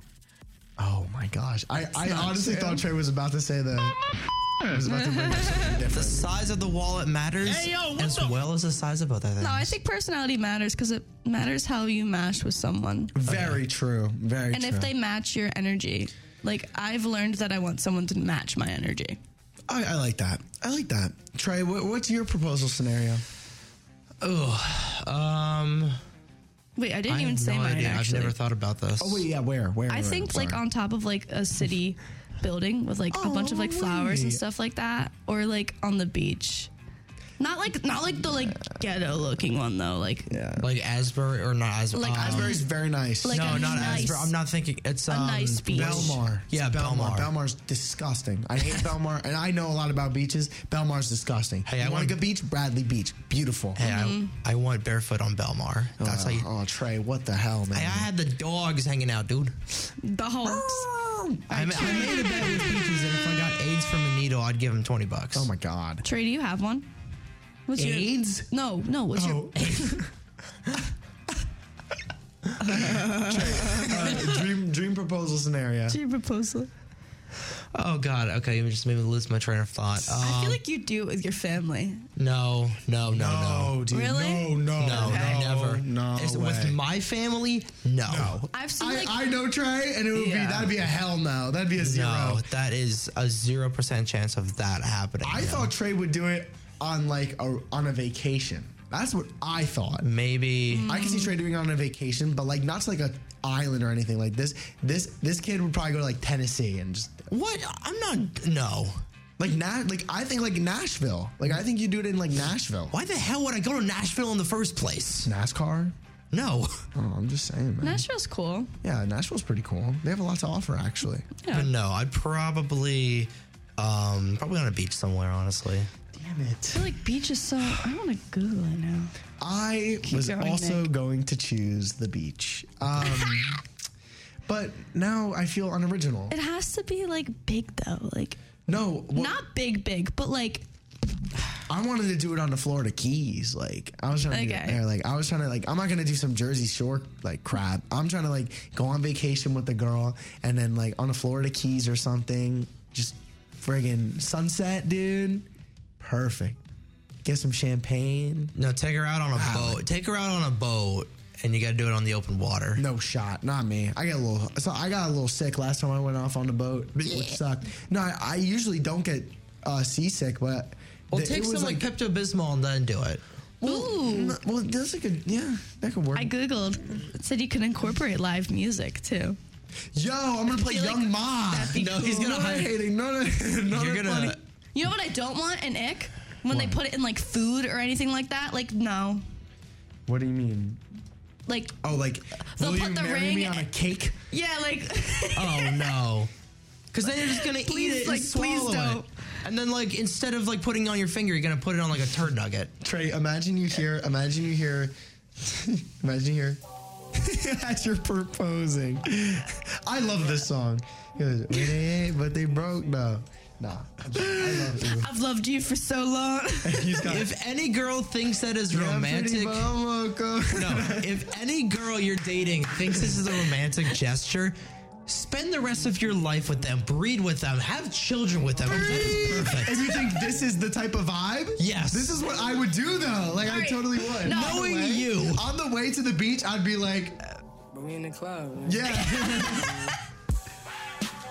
Speaker 2: Oh my gosh. I, I
Speaker 4: not
Speaker 2: honestly
Speaker 4: true.
Speaker 2: thought Trey was about to say that. I was about to bring up something different.
Speaker 4: The size of the wallet matters
Speaker 3: Hey, yo, what
Speaker 4: as well as the size of other things.
Speaker 3: No, I think personality matters because it matters how you mash with someone.
Speaker 2: Very true. Very
Speaker 3: and
Speaker 2: true.
Speaker 3: if they match your energy, like I've learned that I want someone to match my energy.
Speaker 2: I, I like that. I like that. Trey, what, what's your proposal scenario?
Speaker 4: Oh, um,
Speaker 3: Wait, I didn't
Speaker 4: I
Speaker 3: even
Speaker 4: have
Speaker 3: say
Speaker 4: no
Speaker 3: mine.
Speaker 4: idea.
Speaker 3: Actually,
Speaker 4: I've never thought about this.
Speaker 2: Oh wait, yeah, where, where?
Speaker 3: I
Speaker 2: where?
Speaker 3: think
Speaker 2: Sorry.
Speaker 3: like on top of like a city building with like a bunch of like flowers and
Speaker 2: wait.
Speaker 3: stuff like that, or like on the beach. Not like not like the like ghetto looking one though. Like
Speaker 4: Like Asbury or not Asbury? um,
Speaker 3: Like
Speaker 2: Asbury's very nice.
Speaker 3: Like
Speaker 4: no,
Speaker 3: a
Speaker 4: not
Speaker 3: nice-
Speaker 4: Asbury. I'm not thinking. It's
Speaker 3: a
Speaker 4: um,
Speaker 3: nice beach.
Speaker 2: Belmar.
Speaker 4: Yeah, Belmar.
Speaker 2: Belmar's disgusting. I hate Belmar, and I know a lot about beaches. Belmar's disgusting. Hey,
Speaker 4: I
Speaker 2: you want a
Speaker 4: want-
Speaker 2: good beach? Bradley Beach, beautiful.
Speaker 4: Hey,
Speaker 3: Mm-hmm.
Speaker 4: I, I want barefoot on Belmar. That's how you.
Speaker 2: Oh, Trey, what the hell, man?
Speaker 4: Hey, I had the dogs hanging out, dude.
Speaker 3: the hogs. Oh.
Speaker 4: I, ma- I made a bet with Peaches that if I got AIDS from a needle, I'd give him 20 bucks.
Speaker 2: oh my god.
Speaker 3: Trey, do you have one? What's
Speaker 4: AIDS?
Speaker 3: Your, no, no. What's your?
Speaker 2: uh, dream, dream proposal scenario.
Speaker 3: What's your proposal?
Speaker 4: Oh God. Okay, you just made me lose my train of thought.
Speaker 3: I feel
Speaker 4: Um,
Speaker 3: like you do it with your family.
Speaker 4: no, no, no, no,
Speaker 2: No, Oh, dude.
Speaker 3: Really?
Speaker 2: No, no,
Speaker 4: no,
Speaker 2: no,
Speaker 4: never.
Speaker 2: No,
Speaker 4: It's- with
Speaker 2: way.
Speaker 4: my family, no. No.
Speaker 3: I've seen
Speaker 2: I,
Speaker 3: like
Speaker 2: I know Trey, and it would
Speaker 3: Yeah.
Speaker 2: be that'd be a hell no. That'd be a zero.
Speaker 4: that is a zero percent chance of that happening.
Speaker 2: I
Speaker 4: no.
Speaker 2: thought Trey would do it on like a on a vacation. That's what I thought.
Speaker 4: maybe
Speaker 2: I can see Trey doing it on a vacation, but like not to like a island or anything like this. This this kid would probably go to like Tennessee and just
Speaker 4: what I'm not. No.
Speaker 2: like Na- like I think like Nashville. Like I think you do it in like Nashville.
Speaker 4: Why the hell would I go to Nashville in the first place?
Speaker 2: NASCAR?
Speaker 4: No.
Speaker 2: Oh, I'm just saying, man.
Speaker 3: Nashville's cool.
Speaker 2: yeah, Nashville's pretty cool. They have a lot to offer actually.
Speaker 4: But no, I'd probably, um, probably on a beach somewhere. Honestly.
Speaker 2: Damn it.
Speaker 3: I feel like beach is so. I want to Google it now.
Speaker 2: I was
Speaker 3: going,
Speaker 2: also
Speaker 3: Nick.
Speaker 2: going to choose the beach. Um But now I feel unoriginal.
Speaker 3: It has to be like big though, like
Speaker 2: No, well,
Speaker 3: not big, big, but like
Speaker 2: I wanted to do it on the Florida Keys. Like I was trying to get
Speaker 3: Okay.
Speaker 2: there. Like I was trying to like I'm not gonna do some Jersey Shore like crap. I'm trying to like go on vacation with the girl and then like on the Florida Keys or something. Just friggin' sunset, dude. Perfect. Get some champagne.
Speaker 4: No, take her out on a boat. Take her out on a boat, and you got to do it on the open water.
Speaker 2: No shot, not me. I got a little. So I got a little sick last time I went off on the boat, which sucked. No, I, I usually don't get uh, seasick, but
Speaker 4: Well,
Speaker 2: th-
Speaker 4: take some like, Pepto Bismol and then do it.
Speaker 2: well,
Speaker 3: Ooh.
Speaker 2: n- well, that's a good. Yeah, that could work.
Speaker 3: I googled. It said you could incorporate live music too.
Speaker 2: Yo, I'm gonna play
Speaker 3: feel
Speaker 2: Young
Speaker 3: like
Speaker 2: Ma.
Speaker 3: that'd be
Speaker 4: No, he's
Speaker 3: cool.
Speaker 4: gonna
Speaker 2: Not
Speaker 4: hire-
Speaker 2: hating. No, no, no.
Speaker 4: You're gonna.
Speaker 2: funny.
Speaker 3: You know what I don't want? An ick when they put it in like food or anything like that. Like no,
Speaker 2: What do you mean?
Speaker 3: like
Speaker 2: Oh, like
Speaker 3: They'll
Speaker 2: will
Speaker 3: put
Speaker 2: you
Speaker 3: the
Speaker 2: marry
Speaker 3: ring
Speaker 2: me on a cake?
Speaker 3: yeah, like
Speaker 4: Oh no. Because then you're just gonna
Speaker 3: Please,
Speaker 4: eat it
Speaker 3: like,
Speaker 4: and
Speaker 3: please
Speaker 4: swallow
Speaker 3: don't.
Speaker 4: it. And then like instead of like putting it on your finger, you're gonna put it on like a turd nugget.
Speaker 2: Trey, imagine you hear. Imagine you hear. imagine you hear. As you're proposing, I love this song. He goes, "We they ain't, but they broke though. Nah, I love you.
Speaker 3: I've loved you for so long.
Speaker 2: He's got
Speaker 4: If any girl thinks that is romantic, no.
Speaker 2: No.
Speaker 4: If any girl you're dating thinks this is a romantic gesture, Spend the rest of your life with them, breed with them, have children with them. That is perfect.
Speaker 2: If you think this is the type of vibe,
Speaker 4: Yes.
Speaker 2: this is what I would do though. Like I
Speaker 4: Right.
Speaker 2: totally would.
Speaker 4: No.
Speaker 2: On the
Speaker 4: Knowing
Speaker 2: way-
Speaker 4: you.
Speaker 2: on the way to the beach, I'd be like,
Speaker 6: But we in the club. man.
Speaker 2: yeah.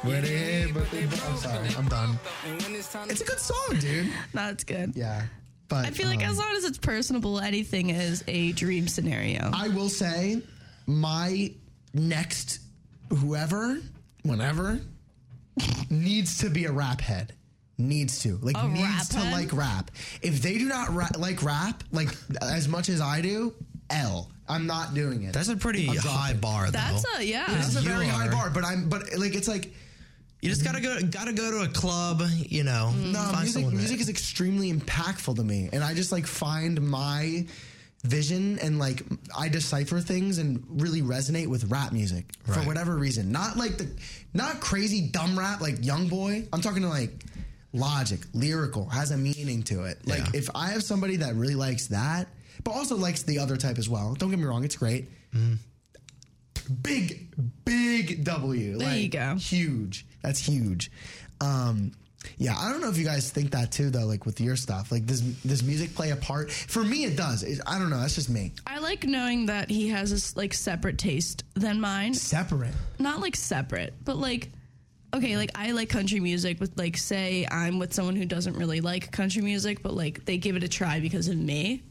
Speaker 2: Where they at, but they broke. I'm sorry, I'm done. It's a good song, dude.
Speaker 3: That's good.
Speaker 2: Yeah, but
Speaker 3: I feel like
Speaker 2: um,
Speaker 3: as long as it's personable, anything is a dream scenario.
Speaker 2: I will say my next whoever, whenever, needs to be a rap head. Needs to like
Speaker 15: A
Speaker 2: needs
Speaker 15: rap
Speaker 2: to
Speaker 15: head?
Speaker 2: like rap. If they do not ra- like rap like as much as I do, L. I'm not doing it.
Speaker 4: That's a pretty
Speaker 2: I'm
Speaker 4: high
Speaker 2: dropping.
Speaker 4: bar, though. That's a- yeah.
Speaker 2: That's a
Speaker 4: You
Speaker 2: very high
Speaker 4: are-
Speaker 2: bar. But I'm but like it's like
Speaker 4: You just gotta go, gotta go to a club, you know.
Speaker 2: no,
Speaker 4: find
Speaker 2: music,
Speaker 4: someone that-
Speaker 2: music is extremely impactful to me, and I just like find my vision and like I decipher things and really resonate with rap music for whatever reason. Not like the, not crazy dumb rap like YoungBoy. I'm talking to like logic, lyrical, has a meaning to it. Like if I have somebody that really likes that, but also likes the other type as well. Don't get me wrong, it's great. Big, big W.
Speaker 3: There you
Speaker 2: go. Huge. That's huge. Um, yeah, I don't know if you guys think that too, though. Like with your stuff, like does does music play a part? For me, it does. It, I don't know. That's just me.
Speaker 3: I like knowing that he has this like separate taste than mine.
Speaker 2: Separate.
Speaker 3: Not like separate, but like okay, like I like country music with like say I'm with someone who doesn't really like country music, but like they give it a try because of me,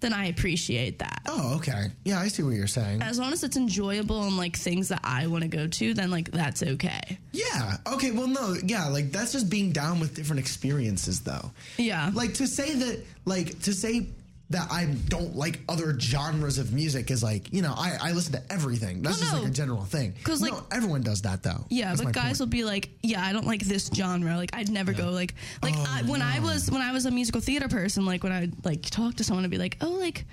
Speaker 3: then I appreciate that.
Speaker 2: Oh, okay. Yeah, I see what you're saying.
Speaker 3: As long as it's enjoyable and like things that I want to go to, then like that's okay.
Speaker 2: Yeah. Okay. Well, no. Yeah. Like that's just being down with different experiences, though.
Speaker 3: Yeah.
Speaker 2: Like to say that, like to say that I don't like other genres of music is like you know I, I listen to everything. That's just like a general thing.
Speaker 3: 'Cause,
Speaker 2: No,
Speaker 3: like-
Speaker 2: everyone does that though.
Speaker 3: Yeah,
Speaker 2: That's my
Speaker 3: but guys
Speaker 2: point.
Speaker 3: will be like, yeah, I don't like this genre. Like I'd never go like like I,
Speaker 2: Oh,
Speaker 3: when I was when I was a musical theater person, like when I would like talk to someone and be like, "Oh, like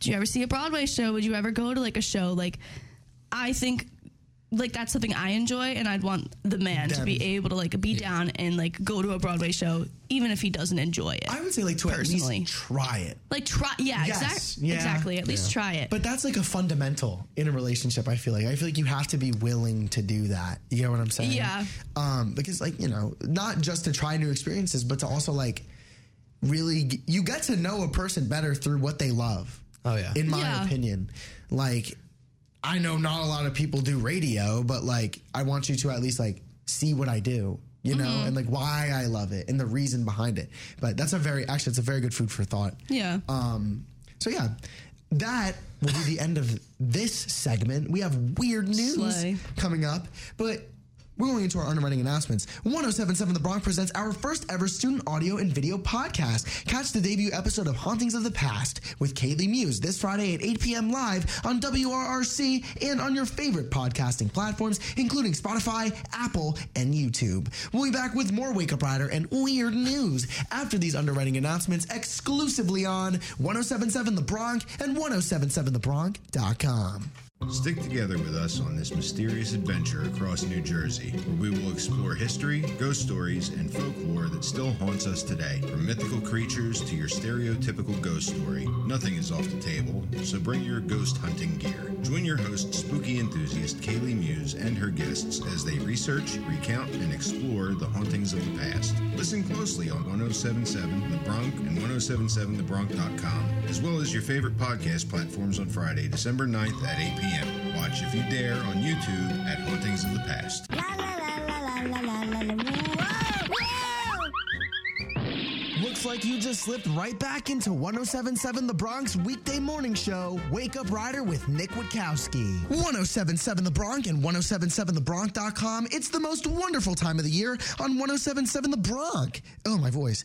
Speaker 3: do you ever see a Broadway show? Would you ever go to like a show?" Like I think like that's something I enjoy and I'd want the man to be
Speaker 2: Them.
Speaker 3: able to like be down and like go to a Broadway show even if he doesn't enjoy it.
Speaker 2: I would say like to
Speaker 3: personally.
Speaker 2: at least try it.
Speaker 3: like try yeah,
Speaker 2: Yes,
Speaker 3: exact,
Speaker 2: yeah.
Speaker 3: exactly. At least
Speaker 2: Yeah.
Speaker 3: try it.
Speaker 2: But that's like a fundamental in a relationship. I feel like I feel like you have to be willing to do that. You know what I'm saying?
Speaker 3: Yeah.
Speaker 2: Um, because like you know, not just to try new experiences, but to also like really, g- you get to know a person better through what they love.
Speaker 4: Oh yeah.
Speaker 2: In my
Speaker 4: Yeah.
Speaker 2: opinion, like I know not a lot of people do radio, but like I want you to at least like see what I do. You know,
Speaker 15: Mhm.
Speaker 2: and like why I love it and the reason behind it. But that's a very, actually, it's a very good food for thought.
Speaker 3: Yeah.
Speaker 2: Um, so yeah, that will be the end of this segment. We have weird news
Speaker 15: Slay.
Speaker 2: coming up, but we're going into our underwriting announcements. 1077 The Bronx presents our first ever student audio and video podcast. Catch the debut episode of Hauntings of the Past with Kaylee Muse this Friday at 8 p.m. live on WRRC and on your favorite podcasting platforms, including Spotify, Apple, and YouTube. We'll be back with more Wake Up Rider and weird news after these underwriting announcements exclusively on 1077 The Bronx and 1077TheBronx.com.
Speaker 7: Stick together with us on this mysterious adventure across New Jersey, where we will explore history, ghost stories, and folklore that still haunts us today. From mythical creatures to your stereotypical ghost story, nothing is off the table, so bring your ghost hunting gear. Join your host, spooky enthusiast Kaylee Muse, and her guests as they research, recount, and explore the hauntings of the past. Listen closely on 1077 The Bronx and 1077TheBronx.com, as well as your favorite podcast platforms on Friday, December 9th at 8 p.m. Watch If You Dare on YouTube at Hauntings of the Past.
Speaker 2: Looks like you just slipped right back into 1077 The Bronx weekday morning show, Wake Up Rider with Nick Witkowski. 1077 The Bronx and 1077TheBronx.com. It's the most wonderful time of the year on 1077 The Bronx. Oh, my voice.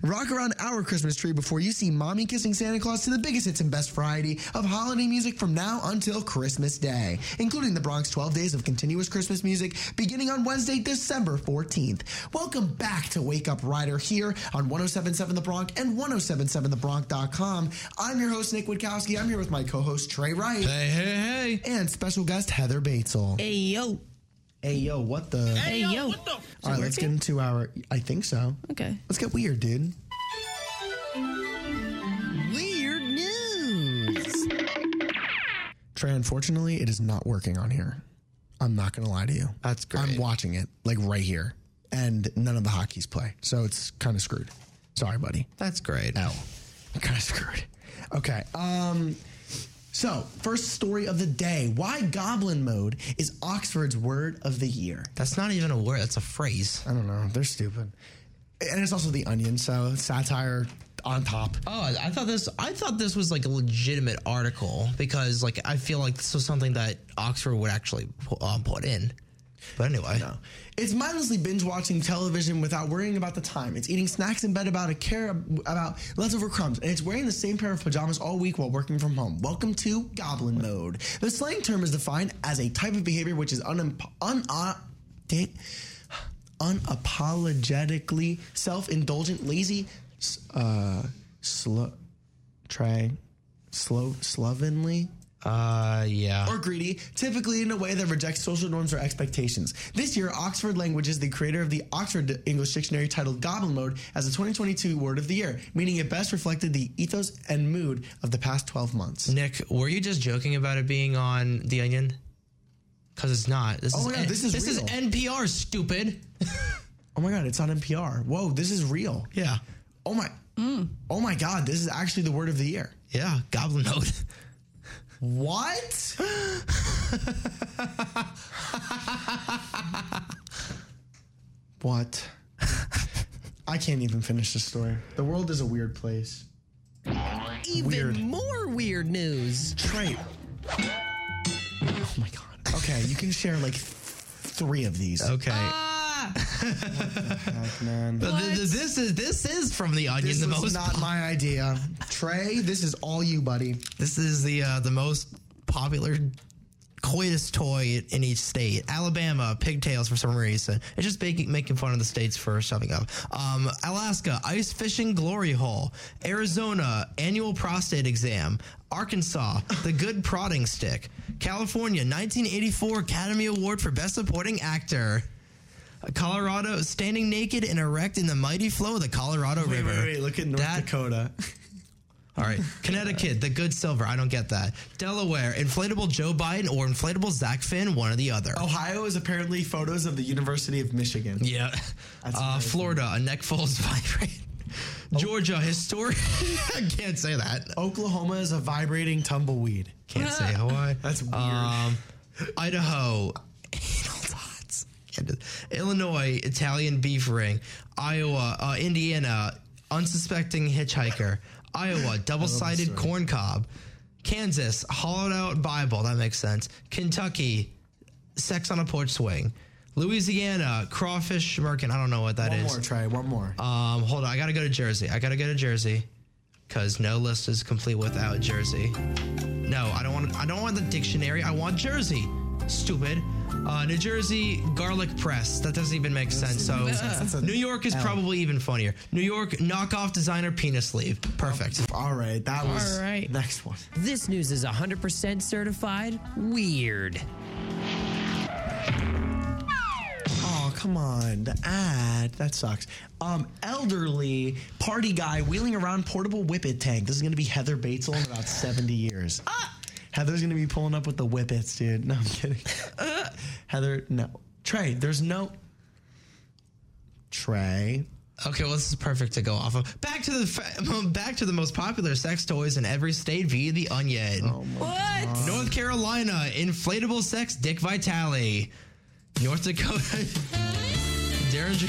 Speaker 2: Rock around our Christmas tree before you see Mommy Kissing Santa Claus to the biggest hits and best variety of holiday music from now until Christmas Day, including the Bronx 12 days of continuous Christmas music beginning on Wednesday, December 14th. Welcome back to Wake Up Rider here on 1077 The Bronx and 1077TheBronx.com. I'm your host, Nick Witkowski. I'm here with my co host, Trey Wright. Hey, hey, hey. And special guest, Heather Batesel.
Speaker 3: Hey, yo.
Speaker 2: Hey, yo, what the?
Speaker 3: Hey, yo, what the-
Speaker 2: All right, let's get into our. I think so.
Speaker 3: Okay.
Speaker 2: Let's get weird, dude.
Speaker 8: Weird news.
Speaker 2: Trey, unfortunately, it is not working on here. I'm not gonna lie to you.
Speaker 4: That's great.
Speaker 2: I'm watching it like right here, and none of the hockey's play, so it's kind of screwed. Sorry, buddy.
Speaker 4: That's great.
Speaker 2: L. Kind of screwed. Okay. Um. So, first story of the day: Why goblin mode is Oxford's word of the year?
Speaker 4: That's not even a word. That's a phrase.
Speaker 2: I don't know. They're stupid, and it's also the Onion, so satire on top.
Speaker 4: Oh, I- I thought this. I thought this was like a legitimate article because, like, I feel like this was something that Oxford would actually pu- um, put in. But anyway,
Speaker 2: It's mindlessly binge watching television without worrying about the time. It's eating snacks in bed about a care ab- about leftover crumbs, and it's wearing the same pair of pajamas all week while working from home. Welcome to goblin mode. The slang term is defined as a type of behavior which is unimp un, uh, dang- unapologetically self-indulgent, lazy, s- uh, slow, try, slow, slovenly.
Speaker 4: Uh, yeah.
Speaker 2: Or greedy, typically in a way that rejects social norms or expectations. This year, Oxford Languages, the creator of the Oxford English Dictionary, titled Goblin Mode as the 2022 Word of the Year, meaning it best reflected the ethos and mood of the past 12 months.
Speaker 4: Nick, were you just joking about it being on The Onion? Because it's not. This
Speaker 2: Oh
Speaker 4: is
Speaker 2: my God, this is
Speaker 4: this
Speaker 2: real.
Speaker 4: is NPR. Stupid.
Speaker 2: Oh my God, it's on NPR. Whoa, this is real.
Speaker 4: Yeah.
Speaker 2: Oh my. Oh my God, this is actually the Word of the Year.
Speaker 4: Yeah, Goblin Mode.
Speaker 2: What? what? I can't even finish the story. The world is a weird place.
Speaker 8: Even
Speaker 2: Weird.
Speaker 8: more weird news.
Speaker 2: Trape. Okay, you can share like th- three of these.
Speaker 4: Okay.
Speaker 2: Heck, man.
Speaker 4: But th- th- this is this is from The Onion.
Speaker 2: This
Speaker 4: the
Speaker 2: was
Speaker 4: most.
Speaker 2: not my idea. Trey, this is all you, buddy.
Speaker 4: This is the uh, the most popular coitus toy in each state. Alabama pigtails for some reason. It's just making making fun of the states for shoving up. Um, Alaska ice fishing glory hole. Arizona annual prostate exam. Arkansas the good prodding stick. California 1984 Academy Award for best supporting actor. Colorado standing naked and erect in the mighty flow of the Colorado River.
Speaker 2: look at North Dakota.
Speaker 4: All right. Connecticut, the good silver. I don't get that. Delaware, inflatable Joe Biden or inflatable Zach Finn, one or the other.
Speaker 2: Ohio is apparently photos of the University of Michigan.
Speaker 4: Yeah. Uh, Florida, a neck falls vibrate. Georgia, historic. I can't say that.
Speaker 2: Oh. Oklahoma is a vibrating tumbleweed.
Speaker 4: Can't say Hawaii.
Speaker 2: That's weird.
Speaker 4: Um, Idaho, anal dots. Can't do- Illinois, Italian beef ring. Iowa, uh, Indiana, unsuspecting hitchhiker. Iowa, double sided corn cob. Kansas, hollowed out Bible. That makes sense. Kentucky, sex on a porch swing. Louisiana, crawfish merkin. I don't know what that is.
Speaker 2: one more, Trey. One more.
Speaker 4: Um, hold on, I gotta go to Jersey. I gotta go to Jersey, cause no list is complete without Jersey. No, I don't want. I don't want the dictionary. I want Jersey. Stupid. Uh, New Jersey garlic press. That doesn't even make sense. So
Speaker 2: make sense. That's a
Speaker 4: New York is
Speaker 2: uh. L.
Speaker 4: probably even funnier. New York knockoff designer penis sleeve. Perfect.
Speaker 2: All right, that was next one.
Speaker 8: This news is 100% certified weird.
Speaker 2: Oh, come on. The ad. That sucks. Um, elderly party guy wheeling around portable whippet tank. This is going to be Heather Batesel in about 70 years. Heather's going to be pulling up with the whippets, dude. No, I'm kidding. Uh. Heather, no. Trey, there's no. Trey.
Speaker 4: Okay, well, this is perfect to go off of. Back to the fa- back to the most popular sex toys in every state via the Onion.
Speaker 3: What?
Speaker 4: North Carolina inflatable sex dick Vitale. North Dakota Derringer.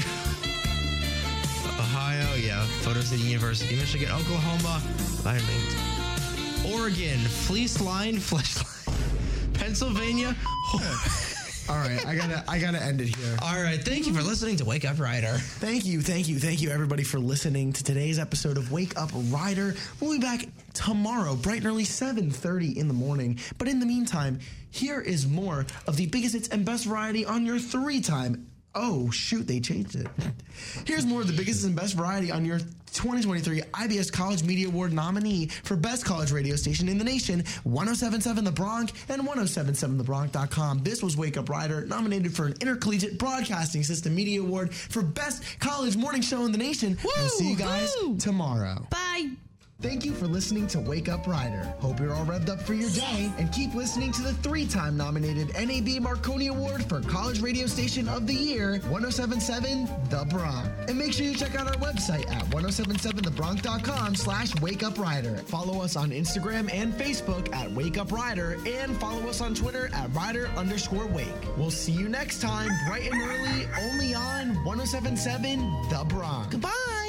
Speaker 4: Ohio, yeah. Photos of the University of Michigan, Oklahoma, Iron Man. Oregon fleece line fleshlight. Pennsylvania.
Speaker 2: All right, I gotta, I gotta end it here.
Speaker 4: All right, thank you for listening to Wake Up Rider.
Speaker 2: Thank you, thank you, thank you, everybody, for listening to today's episode of Wake Up Rider. We'll be back tomorrow, bright and early, 7.30 in the morning. But in the meantime, here is more of the biggest hits and best variety on your three-time... Oh, shoot, they changed it. Here's more of the biggest and best variety on your 2023 IBS College Media Award nominee for Best College Radio Station in the Nation, 1077 The Bronx and 1077TheBronx.com. This was Wake Up Rider, nominated for an Intercollegiate Broadcasting System Media Award for Best College Morning Show in the Nation. we'll see you guys tomorrow.
Speaker 3: Bye.
Speaker 2: Thank you for listening to Wake Up Rider. Hope you're all revved up for your day and keep listening to the three time nominated NAB Marconi Award for College Radio Station of the Year, 1077 The Bronx. And make sure you check out our website at 1077thebronx.com slash Wake Up Rider. Follow us on Instagram and Facebook at Wake Up Rider and follow us on Twitter at Rider underscore Wake. We'll see you next time, bright and early, only on 1077 The Bronx. Goodbye.